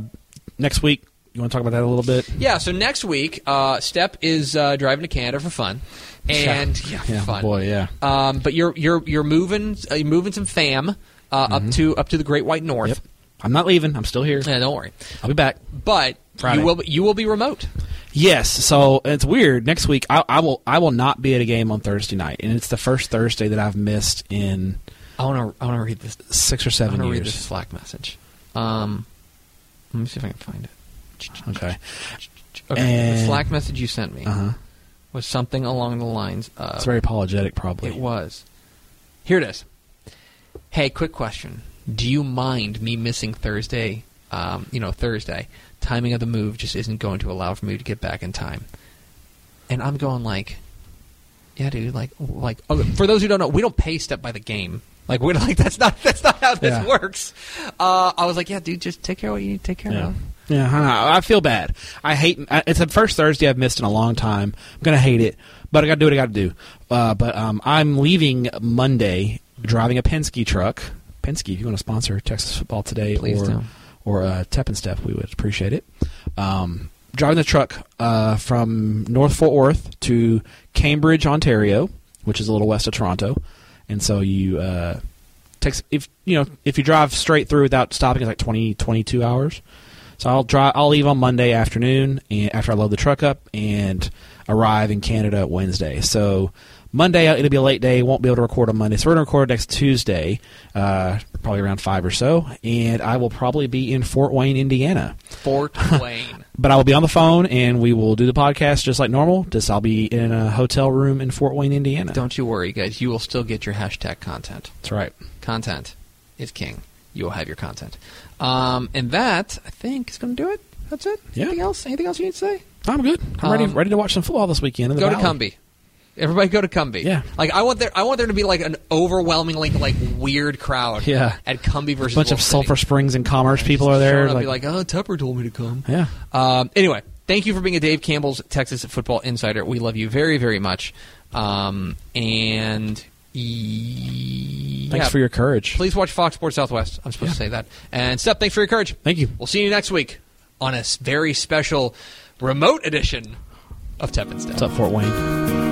next week. You want to talk about that a little bit?
Yeah. So next week, uh, Step is uh, driving to Canada for fun, and yeah, for
Yeah,
fun.
boy, yeah.
Um, but you're you're you're moving uh, you're moving some fam uh, up to up to the Great White North.
Yep. I'm not leaving. I'm still here.
Yeah, don't worry.
I'll be back.
But
Friday.
you will you will be remote.
Yes. So it's weird. Next week, I, I will. I will not be at a game on Thursday night, and it's the first Thursday that I've missed in
I want to I want to read this.
six or
I want
seven
to
years.
read this Slack message. Um, let me see if I can find it.
Okay.
Okay, the
And-
Slack message you sent me
Uh huh.
was something along the lines of
It's very apologetic, probably.
it was. Here it is. Hey, quick question. Do you mind me missing Thursday? Um, you know, Thursday. Timing of the move just isn't going to allow for me to get back in time. And I'm going like, yeah, dude. Like, like okay, for those who don't know, we don't pay step by the game. Like, we're like that's not that's not how this
Yeah.
works. Uh, I was like, yeah, dude, just take care of what you need to take care
Yeah.
of.
Yeah, I, know. I feel bad. I hate. I- It's the first Thursday I've missed in a long time. I'm gonna hate it, but I gotta do what I gotta do. Uh, but um, I'm leaving Monday, driving a Penske truck. Penske, if you want to sponsor Texas football today,
Please
or
do.
or uh, Tep and Step, we would appreciate it. Um, driving the truck uh, from North Fort Worth to Cambridge, Ontario, which is a little west of Toronto, and so you. Uh, takes if you know if you drive straight through without stopping it's like 20 22 hours so i'll drive i'll leave on monday afternoon and after i load the truck up and arrive in canada wednesday so monday it'll be a late day won't be able to record on monday so we're going to record next tuesday uh, probably around five or so and i will probably be in fort wayne indiana
Fort Wayne.
but I will be on the phone and we will do the podcast just like normal. Just I'll be in a hotel room in Fort Wayne, Indiana.
Don't you worry, guys. You will still get your hashtag content.
That's right.
content is king. You will have your content. Um, and that, I think, is going to do it. That's it.
Yeah.
Anything else? Anything else you need to say?
I'm good. I'm ready
Um,
ready to watch some football this weekend. in the
go to
Valley.
Cumby. Everybody go to Cumby.
Yeah.
Like I want there I want there to be like an overwhelmingly like weird crowd
Yeah.
at Cumby versus
a bunch of
Wolf
Sulphur
City.
Springs and Commerce people
Just
are there.
showing up and
Like,
be like, "Oh, Tupper told me to come."
yeah,
Um, anyway, thank you for being a Dave Campbell's Texas Football Insider. We love you very, very much. Um, and e-
thanks
yeah.
for your courage.
Please watch Fox Sports Southwest. I'm supposed to say that. And Steph, thanks for your courage.
Thank you.
We'll see you next week on a s- very special remote edition of Tep and Steph.
What's up, Fort Wayne?